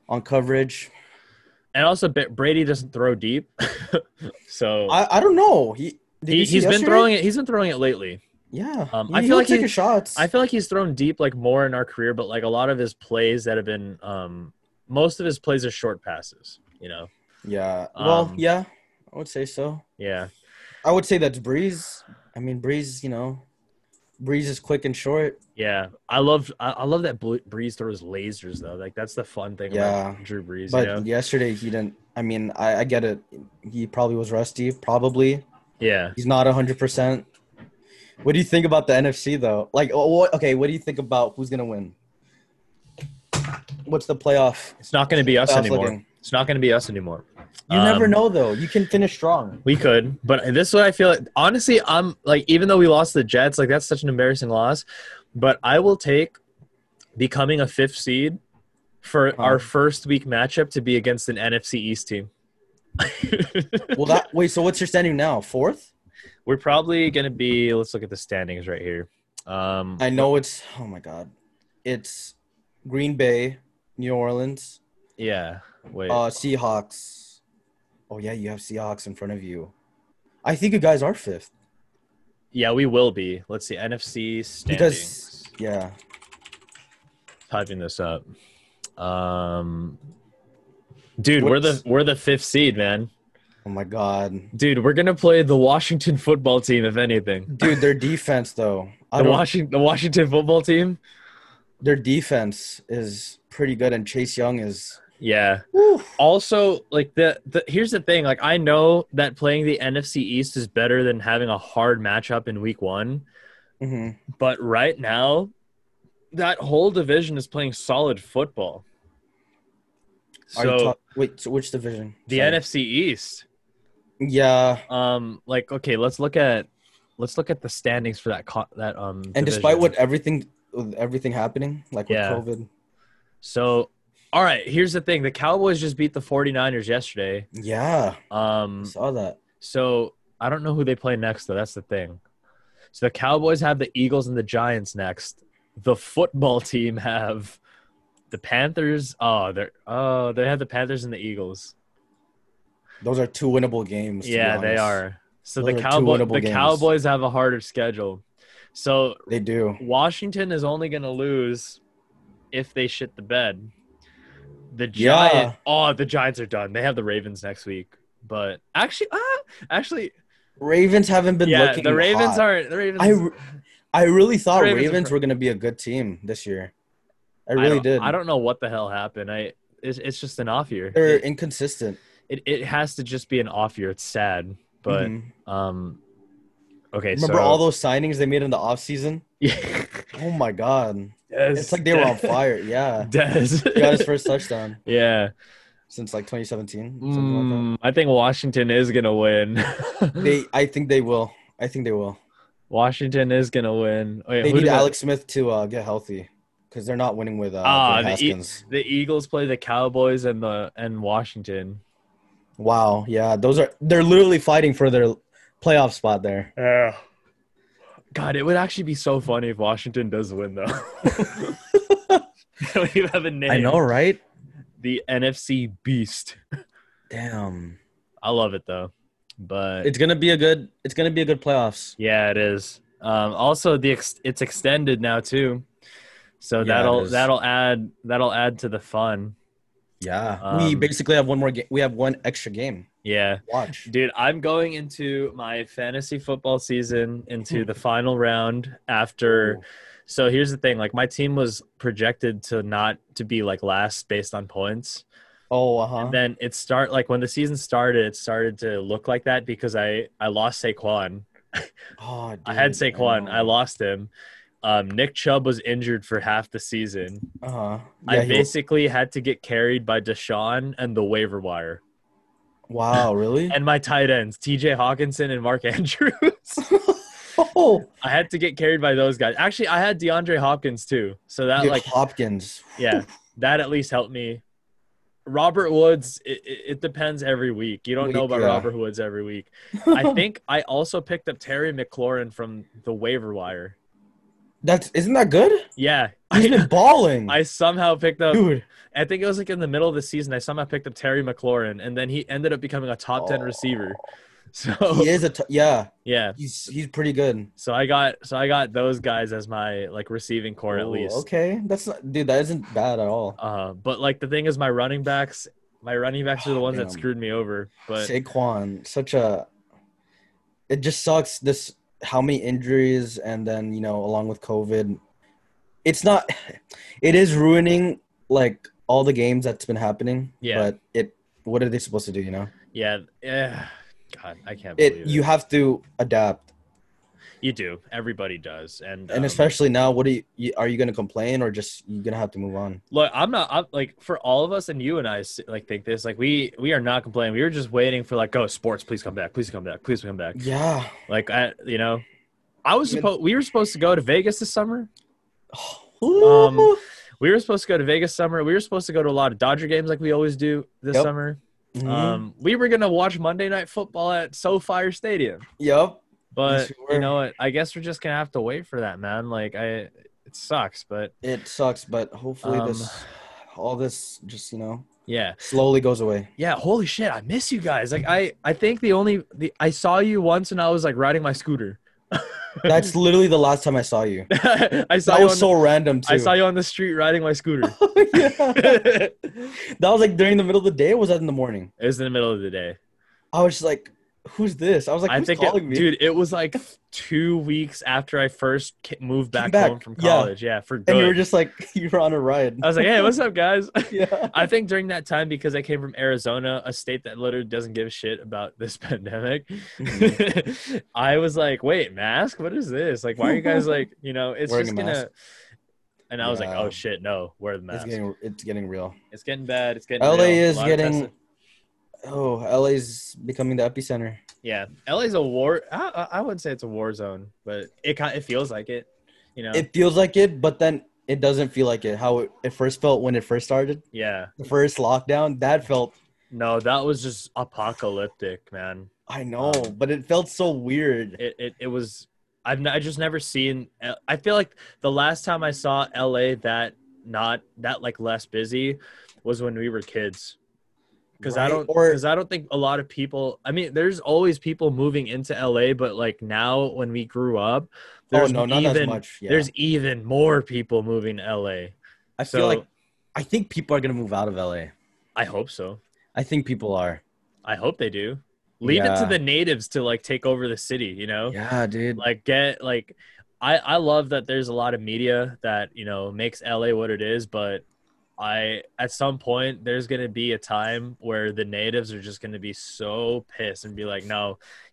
on coverage. and also Ba- Brady doesn't throw deep. so I, I don't know. He did he, you see he's been yesterday? throwing it. He's been throwing it lately. Yeah, Um, he, I I feel like like he- taking shots. I feel like he's thrown deep like more in our career, but like a lot of his plays that have been um most of his plays are short passes, you know. yeah. Well, Um, yeah, I would say so. Yeah. I would say that's Breeze, I mean, Breeze, you know, Breeze is quick and short. Yeah, I love I, I love that Bl- Breeze throws lasers though. Like that's the fun thing about Yeah. Drew Breeze. But you know? yesterday he didn't. I mean, I, I get it. He probably was rusty. Probably yeah, he's not hundred percent. What do you think about the NFC though? Like, oh, what, okay, what do you think about who's gonna win? What's the playoff? it's not going to be us playoff anymore. looking? It's not going to be us anymore. You Um, never know though. You can finish strong. We could, but this is what I feel. Like. Honestly, I'm like, even though we lost the Jets, like that's such an embarrassing loss. But I will take becoming a fifth seed for Huh. our first week matchup to be against an NFC East team. Well, that wait. So what's your standing now? Fourth? We're probably gonna be. Let's look at the standings right here. Um, I know it's. Oh my God, it's Green Bay, New Orleans, yeah. Wait. uh, Seahawks. Oh yeah, you have Seahawks in front of you. I think you guys are fifth. yeah, we will be. Let's see. NFC standings. Because- Yeah. Typing this up. Um, dude, we're the What's- we're the fifth seed, man. Oh my God, Dude, we're gonna play the Washington football team, if anything. dude, their defense though. I The don't. Washington, the Washington football team. their defense is pretty good, and Chase Young is. Yeah. Also, like the, the here's the thing. Like I know that playing the NFC East is better than having a hard matchup in Week One, hmm but right now, that whole division is playing solid football. Are you So talk- wait, so which division? the Sorry. NFC East. Yeah, Um, like okay, let's look at let's look at the standings for that co- that um. and despite division. what everything, with everything happening, like with Yeah. COVID. So, all right, here's the thing. The Cowboys just beat the 49ers yesterday. Yeah, I Um, saw that. so I don't know who they play next, though. That's the thing. So the Cowboys have the Eagles and the Giants next. The football team have the Panthers. Oh, they're oh, they have the Panthers and the Eagles. Those are two winnable games. to be Yeah, they honest. are. So Those the are two Cowboys winnable the games. Cowboys have a harder schedule. So They do. Washington is only going to lose if they shit the bed. The Yeah. Giant, oh, the Giants are done. They have the Ravens next week, but actually, ah, actually, Ravens haven't been yeah, looking. the Ravens hot. aren't. The Ravens, I, re- I really thought Ravens Ravens, are pro- were going to be a good team this year. I I really don't- did. I don't know what the hell happened. I it's, it's just an off year. They're It, inconsistent. it it has to just be an off year. It's sad, but Mhm. um, okay. remember so, all those signings they made in the offseason? Yeah, Oh my god, Des- it's like they were on fire. Yeah, Des. he got his first touchdown yeah, since like 2017. something like Mm, I think Washington is gonna win. Mm. that. They, I think they will. I think they will. Washington is gonna win. Wait, They who need did that- Alex Smith to uh, get healthy because they're not winning with uh, Ah, Dwayne the E- Haskins. The Eagles play the Cowboys and the and Washington. Wow, yeah, those are they're literally fighting for their playoff spot there. Yeah. God, it would actually be so funny if Washington does win though. Don't you have a name? right? The NFC Beast. Damn, I love it though. But it's gonna be a good. It's gonna be a good playoffs. yeah, it is. Um, also the ex- it's extended now too. So Yeah, it that'll is. that'll add that'll add to the fun. Yeah, we Um, basically have one more. game. we have one extra game. Yeah. Watch. Dude, I'm going into my fantasy football season into the final round after. So here's the thing: like my team was projected to not to be like last based on points. Oh, uh huh. Then it start like when the season started, it started to look like that because I I lost Saquon. Oh, dude, I had Saquon, I, know. lost him. Um, Nick Chubb was injured for half the season. Uh-huh. I Yeah, he was- basically had to get carried by Deshaun and the waiver wire wow, really? and my tight ends, T.J. Hawkinson and Mark Andrews. oh, I had to get carried by those guys. Actually, I had DeAndre Hopkins too. So that dude, like Hopkins. yeah, that at least helped me. Robert Woods, it, it, it depends every week. You don't know Week, about yeah. Robert Woods every week. I think I also picked up Terry McLaurin from the waiver wire. That's isn't that good? Yeah, He's I, been balling, I somehow picked up. dude. I think it was like in the middle of the season. I somehow picked up Terry McLaurin, and then he ended up becoming a top ten Oh. receiver. So He is a t- yeah. yeah, He's he's pretty good. so I got so I got those guys as my like receiving core at Ooh, least. Oh, okay. That's not, dude. That isn't bad at all. Uh, but like the thing is, my running backs, my running backs are the ones that Oh, Damn. screwed me over. But Saquon, such a. It just sucks. This how many injuries and then you know along with covid it's not it is ruining like all the games that's been happening Yeah. but it what are they supposed to do you know Yeah. Yeah. God, I can't believe it it. you have to adapt You do. Everybody does. And and um, especially now what do you- you are you going to complain or just you're going to have to move on look, I'm not I'm, like for all of us and you and I s- like think this like we we are not complaining. We were just waiting for like oh sports, please come back, please come back, please come back. yeah Like I, you know, I was Yeah. supposed we were supposed to go to Vegas this summer. Um, Ooh. We were supposed to go to Vegas summer. We were supposed to go to a lot of Dodger games like we always do this Yep. summer. Mhm. Um, we were gonna watch Monday Night Football at SoFi Stadium, yep but Yes, we you were. know what? I guess we're just gonna have to wait for that, man. Like I, it sucks, but it sucks but hopefully Um, this all this just you know yeah. slowly goes away Yeah, holy shit, I miss you guys. Like I I think the only the I saw you once and I was like riding my scooter. that's literally the last time i saw you I saw that you was on so random the, too Oh, I saw you on the street riding my scooter. Yeah. it that was like during the middle of the day or was that in the morning was in the middle of the day. i was just like who's this i was like I who's think calling it, me dude, it was like 2 weeks after I first ca- moved Came back, back, home from yeah. college. Yeah, for good. and you were just like you were on a ride I was like, "Hey, what's up, guys?" yeah I think during that time because I came from Arizona, a state that literally doesn't give a shit about this pandemic, I was like, "Wait, mask? What is this? Like, why are you guys like, you know, it's Wearing just a gonna." mask. And I was like, Yeah. "Oh shit, no, wear the it's mask. It's getting, getting it's getting real bad. It's getting la real. A is lot of getting testing. oh la's becoming the epicenter yeah. LA's a war. I, I- I wouldn't say it's a war zone, but it kind it feels like it. You know, it feels like it but then it doesn't feel like it how it, it first felt when it first started yeah. the first lockdown that felt No, that was just apocalyptic, man. i know but it felt so weird it, it, it was I've n- I just never seen uh, I feel like the last time I saw LA that not that like less busy was when we were kids because I Right? don't Or- because I don't think a lot of people I mean there's always people moving into LA but like now when we grew up oh there's no not even as much yeah. there's even more people moving to LA i so feel like i think people are gonna move out of la I hope so i think people are I hope they do leave it Yeah. to the natives to like take over the city you know yeah dude Oh. like get like I I love that there's a lot of media that you know makes LA what it is, but I at some point there's gonna be a time where the natives are just gonna be so pissed and be like, no,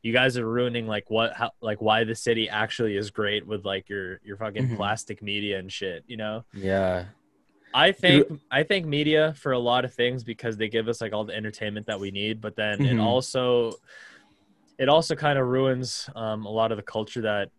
you guys are ruining like what how like why the city actually is great with like your your fucking Mhm. plastic media and shit, you know. yeah I thank I thank media for a lot of things because they give us like all the entertainment that we need, but then it Mhm. also it also kind of ruins um, a lot of the culture that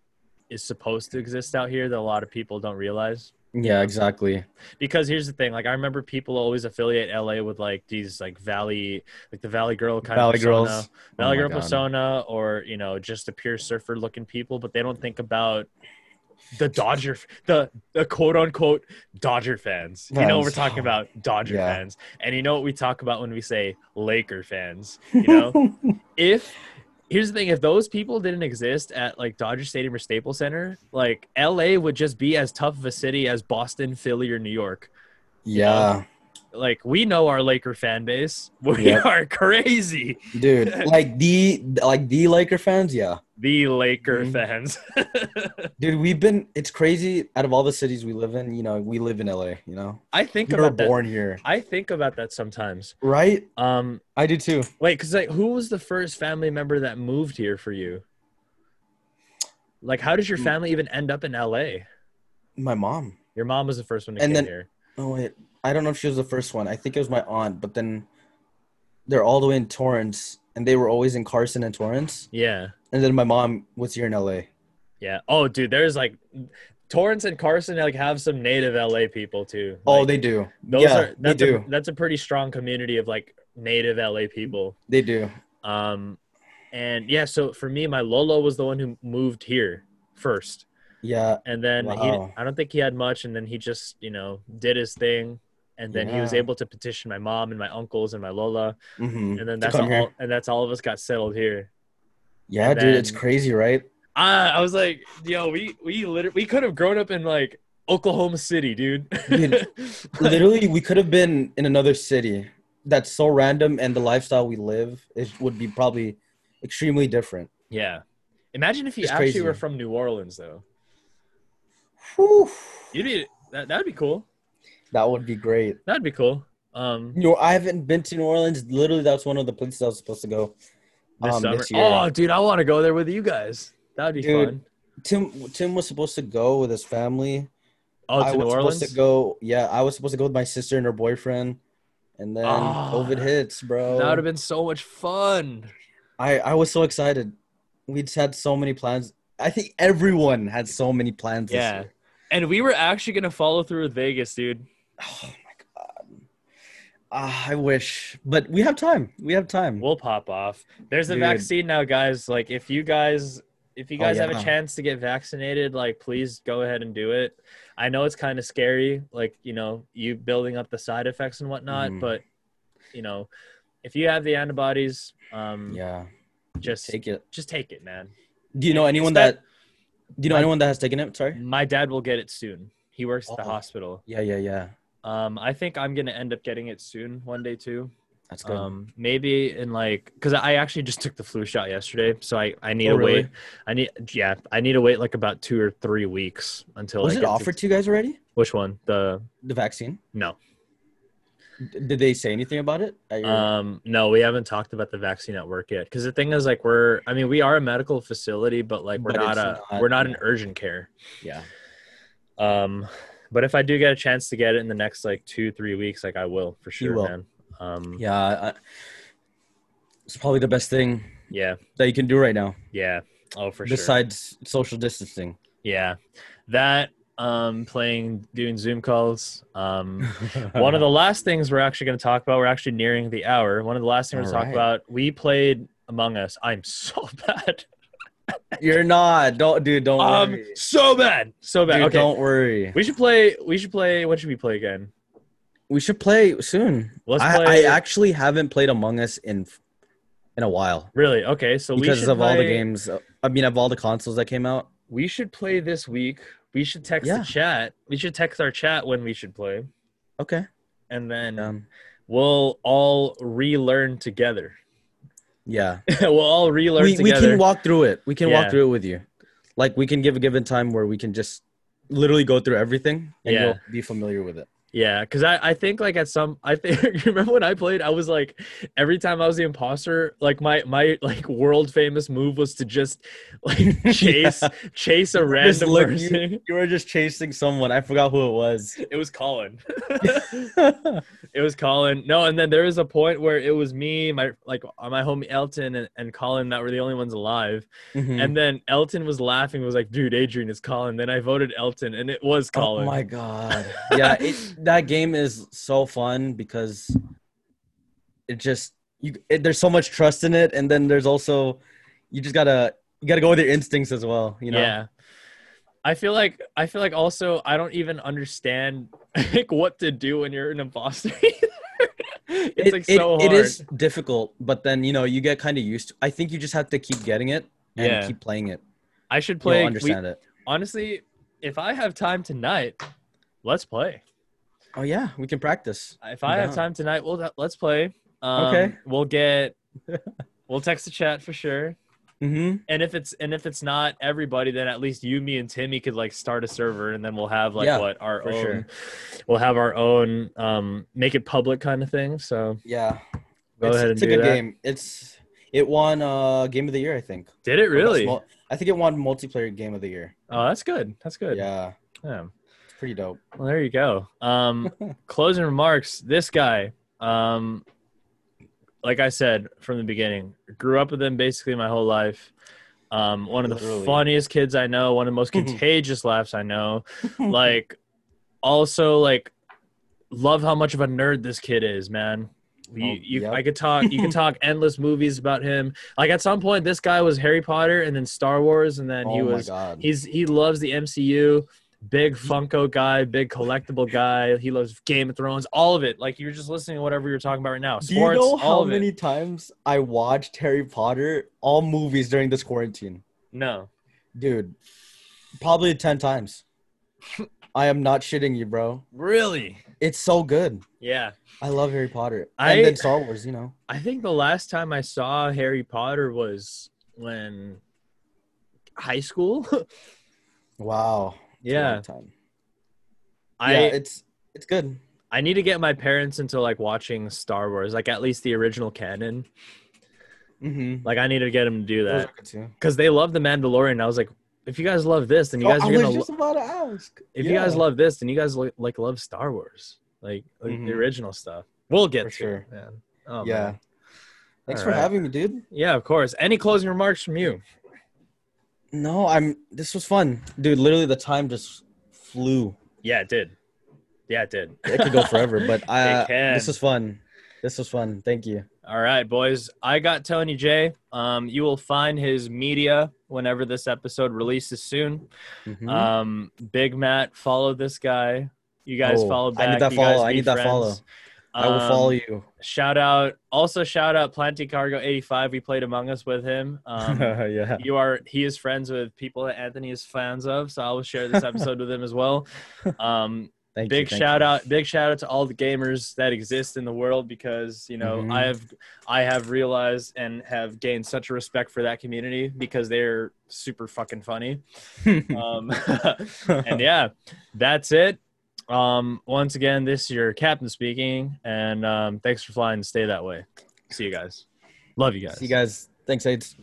is supposed to exist out here that a lot of people don't realize. yeah exactly Because here's the thing, like I remember people always affiliate LA with like these like Valley, like the Valley Girl kind Valley of persona, Girls. Valley Oh my Girl God. persona, or you know just the pure surfer looking people, but they don't think about the Dodger, the the quote unquote Dodger fans. You know Fans. Oh. we're talking about Dodger Yeah. fans, and you know what we talk about when we say Laker fans. You know, if here's the thing, if those people didn't exist at like Dodger Stadium or Staples Center, like L.A. would just be as tough of a city as Boston, Philly, or New York. yeah Like we know our Laker fan base, we Yep. are crazy. dude like the like the laker fans yeah The Laker Mhm. fans. dude we've been it's crazy out of all the cities we live in you know we live in la you know I think we were about that. born here I think about that sometimes. right Um, i do too wait, because like, who was the first family member that moved here for you? Like, how does your Mm. family even end up in LA? my mom Your mom was the first one to And came then- here. oh wait i don't know if she was the first one i think it was my aunt but then they're all the way in torrance and they were always in carson and torrance Yeah, and then my mom was here in la yeah. Oh, dude, there's like Torrance and Carson like have some native LA people too. oh Like, they do those yeah are they that's do a, that's a pretty strong community of like native LA people. they do Um, and yeah, so for me, my Lolo was the one who moved here first. yeah and then Wow. he, I don't think he had much, and then he just you know did his thing, and then he was Yeah. able to petition my mom and my uncles and my Lola, hmm and then To that's come all, here. and that's all of us got settled here. yeah and dude it's then- crazy right I, I was like, yo, we we literally we could have grown up in like Oklahoma City, dude. Dude, literally we could have been in another city that's so random and the lifestyle we live it would be probably extremely different yeah, Imagine if you It's actually crazy. were from New Orleans, though. Whew. You'd be that. That'd be cool. That would be great. That'd be cool. Um, You know, I haven't been to New Orleans. Literally, that's one of the places I was supposed to go. this Um, summer. this year. oh, dude, I want to go there with you guys. That'd be Dude, fun. Tim Tim was supposed to go with his family. Oh, I to New was Orleans. supposed to go. Yeah, I was supposed to go with my sister and her boyfriend, and then Ah. COVID hits, bro. That would have been so much fun. I I was so excited. We just had so many plans. I think everyone had so many plans. Yeah. Yeah. This year. And we were actually gonna follow through with Vegas, dude. Oh my god. Ah, I wish, but we have time. We have time. We'll pop off. There's a Dude. vaccine now, guys. Like, if you guys, if you Oh, guys have yeah. a chance to get vaccinated, like, please go ahead and do it. I know it's kind of scary, like, you know, you building up the side effects and whatnot, Mhm. but you know, if you have the antibodies, um, yeah. just Take it. just take it, man. Do you know anyone that- that? Do you know My- anyone that has taken it? Sorry. My dad will get it soon. He works at the Oh. hospital. Yeah, yeah, yeah. Um, I think I'm gonna end up getting it soon, one day too. That's good. Um, maybe in like, cause I actually just took the flu shot yesterday, so I I need Oh, to really? wait. I need yeah, I need to wait like about two or three weeks until. was I it get to- offered to you guys already? which one? The The vaccine? no, D- Did they say anything about it? at your- um, no, we haven't talked about the vaccine at work yet. Cause the thing is, like, we're I mean, we are a medical facility, but like we're But not it's a not- we're not an yeah. urgent care. yeah. Um, but if I do get a chance to get it in the next like two three weeks, like I will for sure, will. man. Um, yeah. Yeah. I, it's probably the best thing yeah, that you can do right now, yeah, oh for sure. besides social distancing. Yeah. That um playing doing Zoom calls. Um one of the last things we're actually going to talk about, we're actually nearing the hour. One of the last things we're going to talk Alright. about, we played Among Us. I'm so bad. You're not. Don't, dude. Don't Um worry. so bad. So bad. Dude, okay. Don't worry. We should play we should play what should we play again? We should play soon. Let's I, play- I actually haven't played Among Us in in a while Really? Okay. So we because should of all the play- games. I mean, of all the consoles that came out. We should play this week. We should text Yeah. the chat. We should text our chat when we should play. Okay. And then Um, we'll all relearn together. yeah. we'll all relearn we, we together. can walk through it. We can Yeah. walk through it with you. Like we can give a given time where we can just literally go through everything and Yeah. you'll be familiar with it. Yeah, because I, I think like at some I think you remember when I played I was like every time I was the imposter like my my like world famous move was to just like chase chase a Just random look, you- person. You were just chasing someone. I forgot who it was. Mm-hmm. It was Colin. it was Colin. No, and then there was a point where it was me, my like uh, my homie Elton and, and Colin that were the only ones alive. Mhm. And then Elton was laughing, was like, "Dude, Adrian is Colin." Then I voted Elton, and it was oh Colin. my god. Yeah, it, that game is so fun because it just you it, there's so much trust in it and then there's also you just got to you got to go with your instincts as well, you know. Yeah. I feel like I feel like also I don't even understand like what to do when you're an imposter. either. it's It- like it- so hard. it is difficult, but then you know, you get kind of used to I think you just have to keep getting it and Yeah. keep playing it. I should You'll play. We, understand it. honestly, if I have time tonight, let's play. Oh yeah, we can practice. If I have down. time tonight, we'll let's play. Um, Okay. We'll get. We'll text the chat for sure. Mhm. And if it's and if it's not everybody, then at least you, me, and Timmy could like start a server, and then we'll have like Yeah, what our for own. sure. We'll have our own um, make it public kind of thing. So Yeah. Go it's, ahead it's and a do good that. game. It's it won uh game of the year, I think. Did it really? Mul- I think it won multiplayer game of the year. Oh, that's good. That's good. Yeah. Yeah, it's pretty dope. Well, there you go. Um, closing remarks. This guy, um, like I said from the beginning, grew up with him basically my whole life. Um, one of the Literally. funniest kids I know. One of the most Mhm. contagious laughs I know. Like, also like, love how much of a nerd this kid is, man. You, Oh, you, yep. I could talk. You could talk endless movies about him. Like at some point, this guy was Harry Potter, and then Star Wars, and then oh he was my god. He's he loves the MCU, big Mm-hmm. Funko guy, big collectible guy. He loves Game of Thrones, all of it. Like you're just listening to whatever you're talking about right now. Do you Sports, know all how of many it. times I watched Harry Potter all movies during this quarantine? No. Dude, probably 10 times. I am not shitting you, bro. Really? It's so good. Yeah. I love Harry Potter. I- and then Star Wars, you know. I think the last time I saw Harry Potter was when high school. Wow. It's a long yeah, time. I yeah, it's it's good. I need to get my parents into like watching Star Wars, like at least the original canon. Mm-hmm. Like I need to get them to do Those that are good too. because they love the Mandalorian. I was like, if you guys love this, then you Oh, guys I are was gonna. lo- just about to ask. if you guys Yeah, love this, then you guys lo- like love Star Wars, like, like the Mhm. original stuff. We'll get For to sure. it, man. Oh, yeah. man. Thanks All for right. having me, dude. yeah, of course. Any closing remarks from you? No, I'm. This was fun, dude. Literally, the time just flew. Yeah, it did. Yeah, it did. It could go forever, but I. uh, can. This was fun. This was fun. Thank you. All right, boys. I got Tony J. Um, you will find his media whenever this episode releases soon. Mhm. Um, Big Matt, follow this guy. You guys Oh, follow I back. need that You guys follow. I be need that friends. follow. I will follow Um, you. Shout out. Also, shout out Planty Cargo 85. We played Among Us with him. Um, yeah. you are he is friends with people that Anthony is fans of, so I will share this episode with him as well. Um, Thank you, big thank shout you. out, big shout out to all the gamers that exist in the world because you know Mhm. I have I have realized and have gained such a respect for that community because they're super fucking funny. Um, and yeah, that's it. Um, once again, this is your captain speaking, and um, thanks for flying. Stay that way. See you guys. Love you guys. See you guys. Thanks, Aids.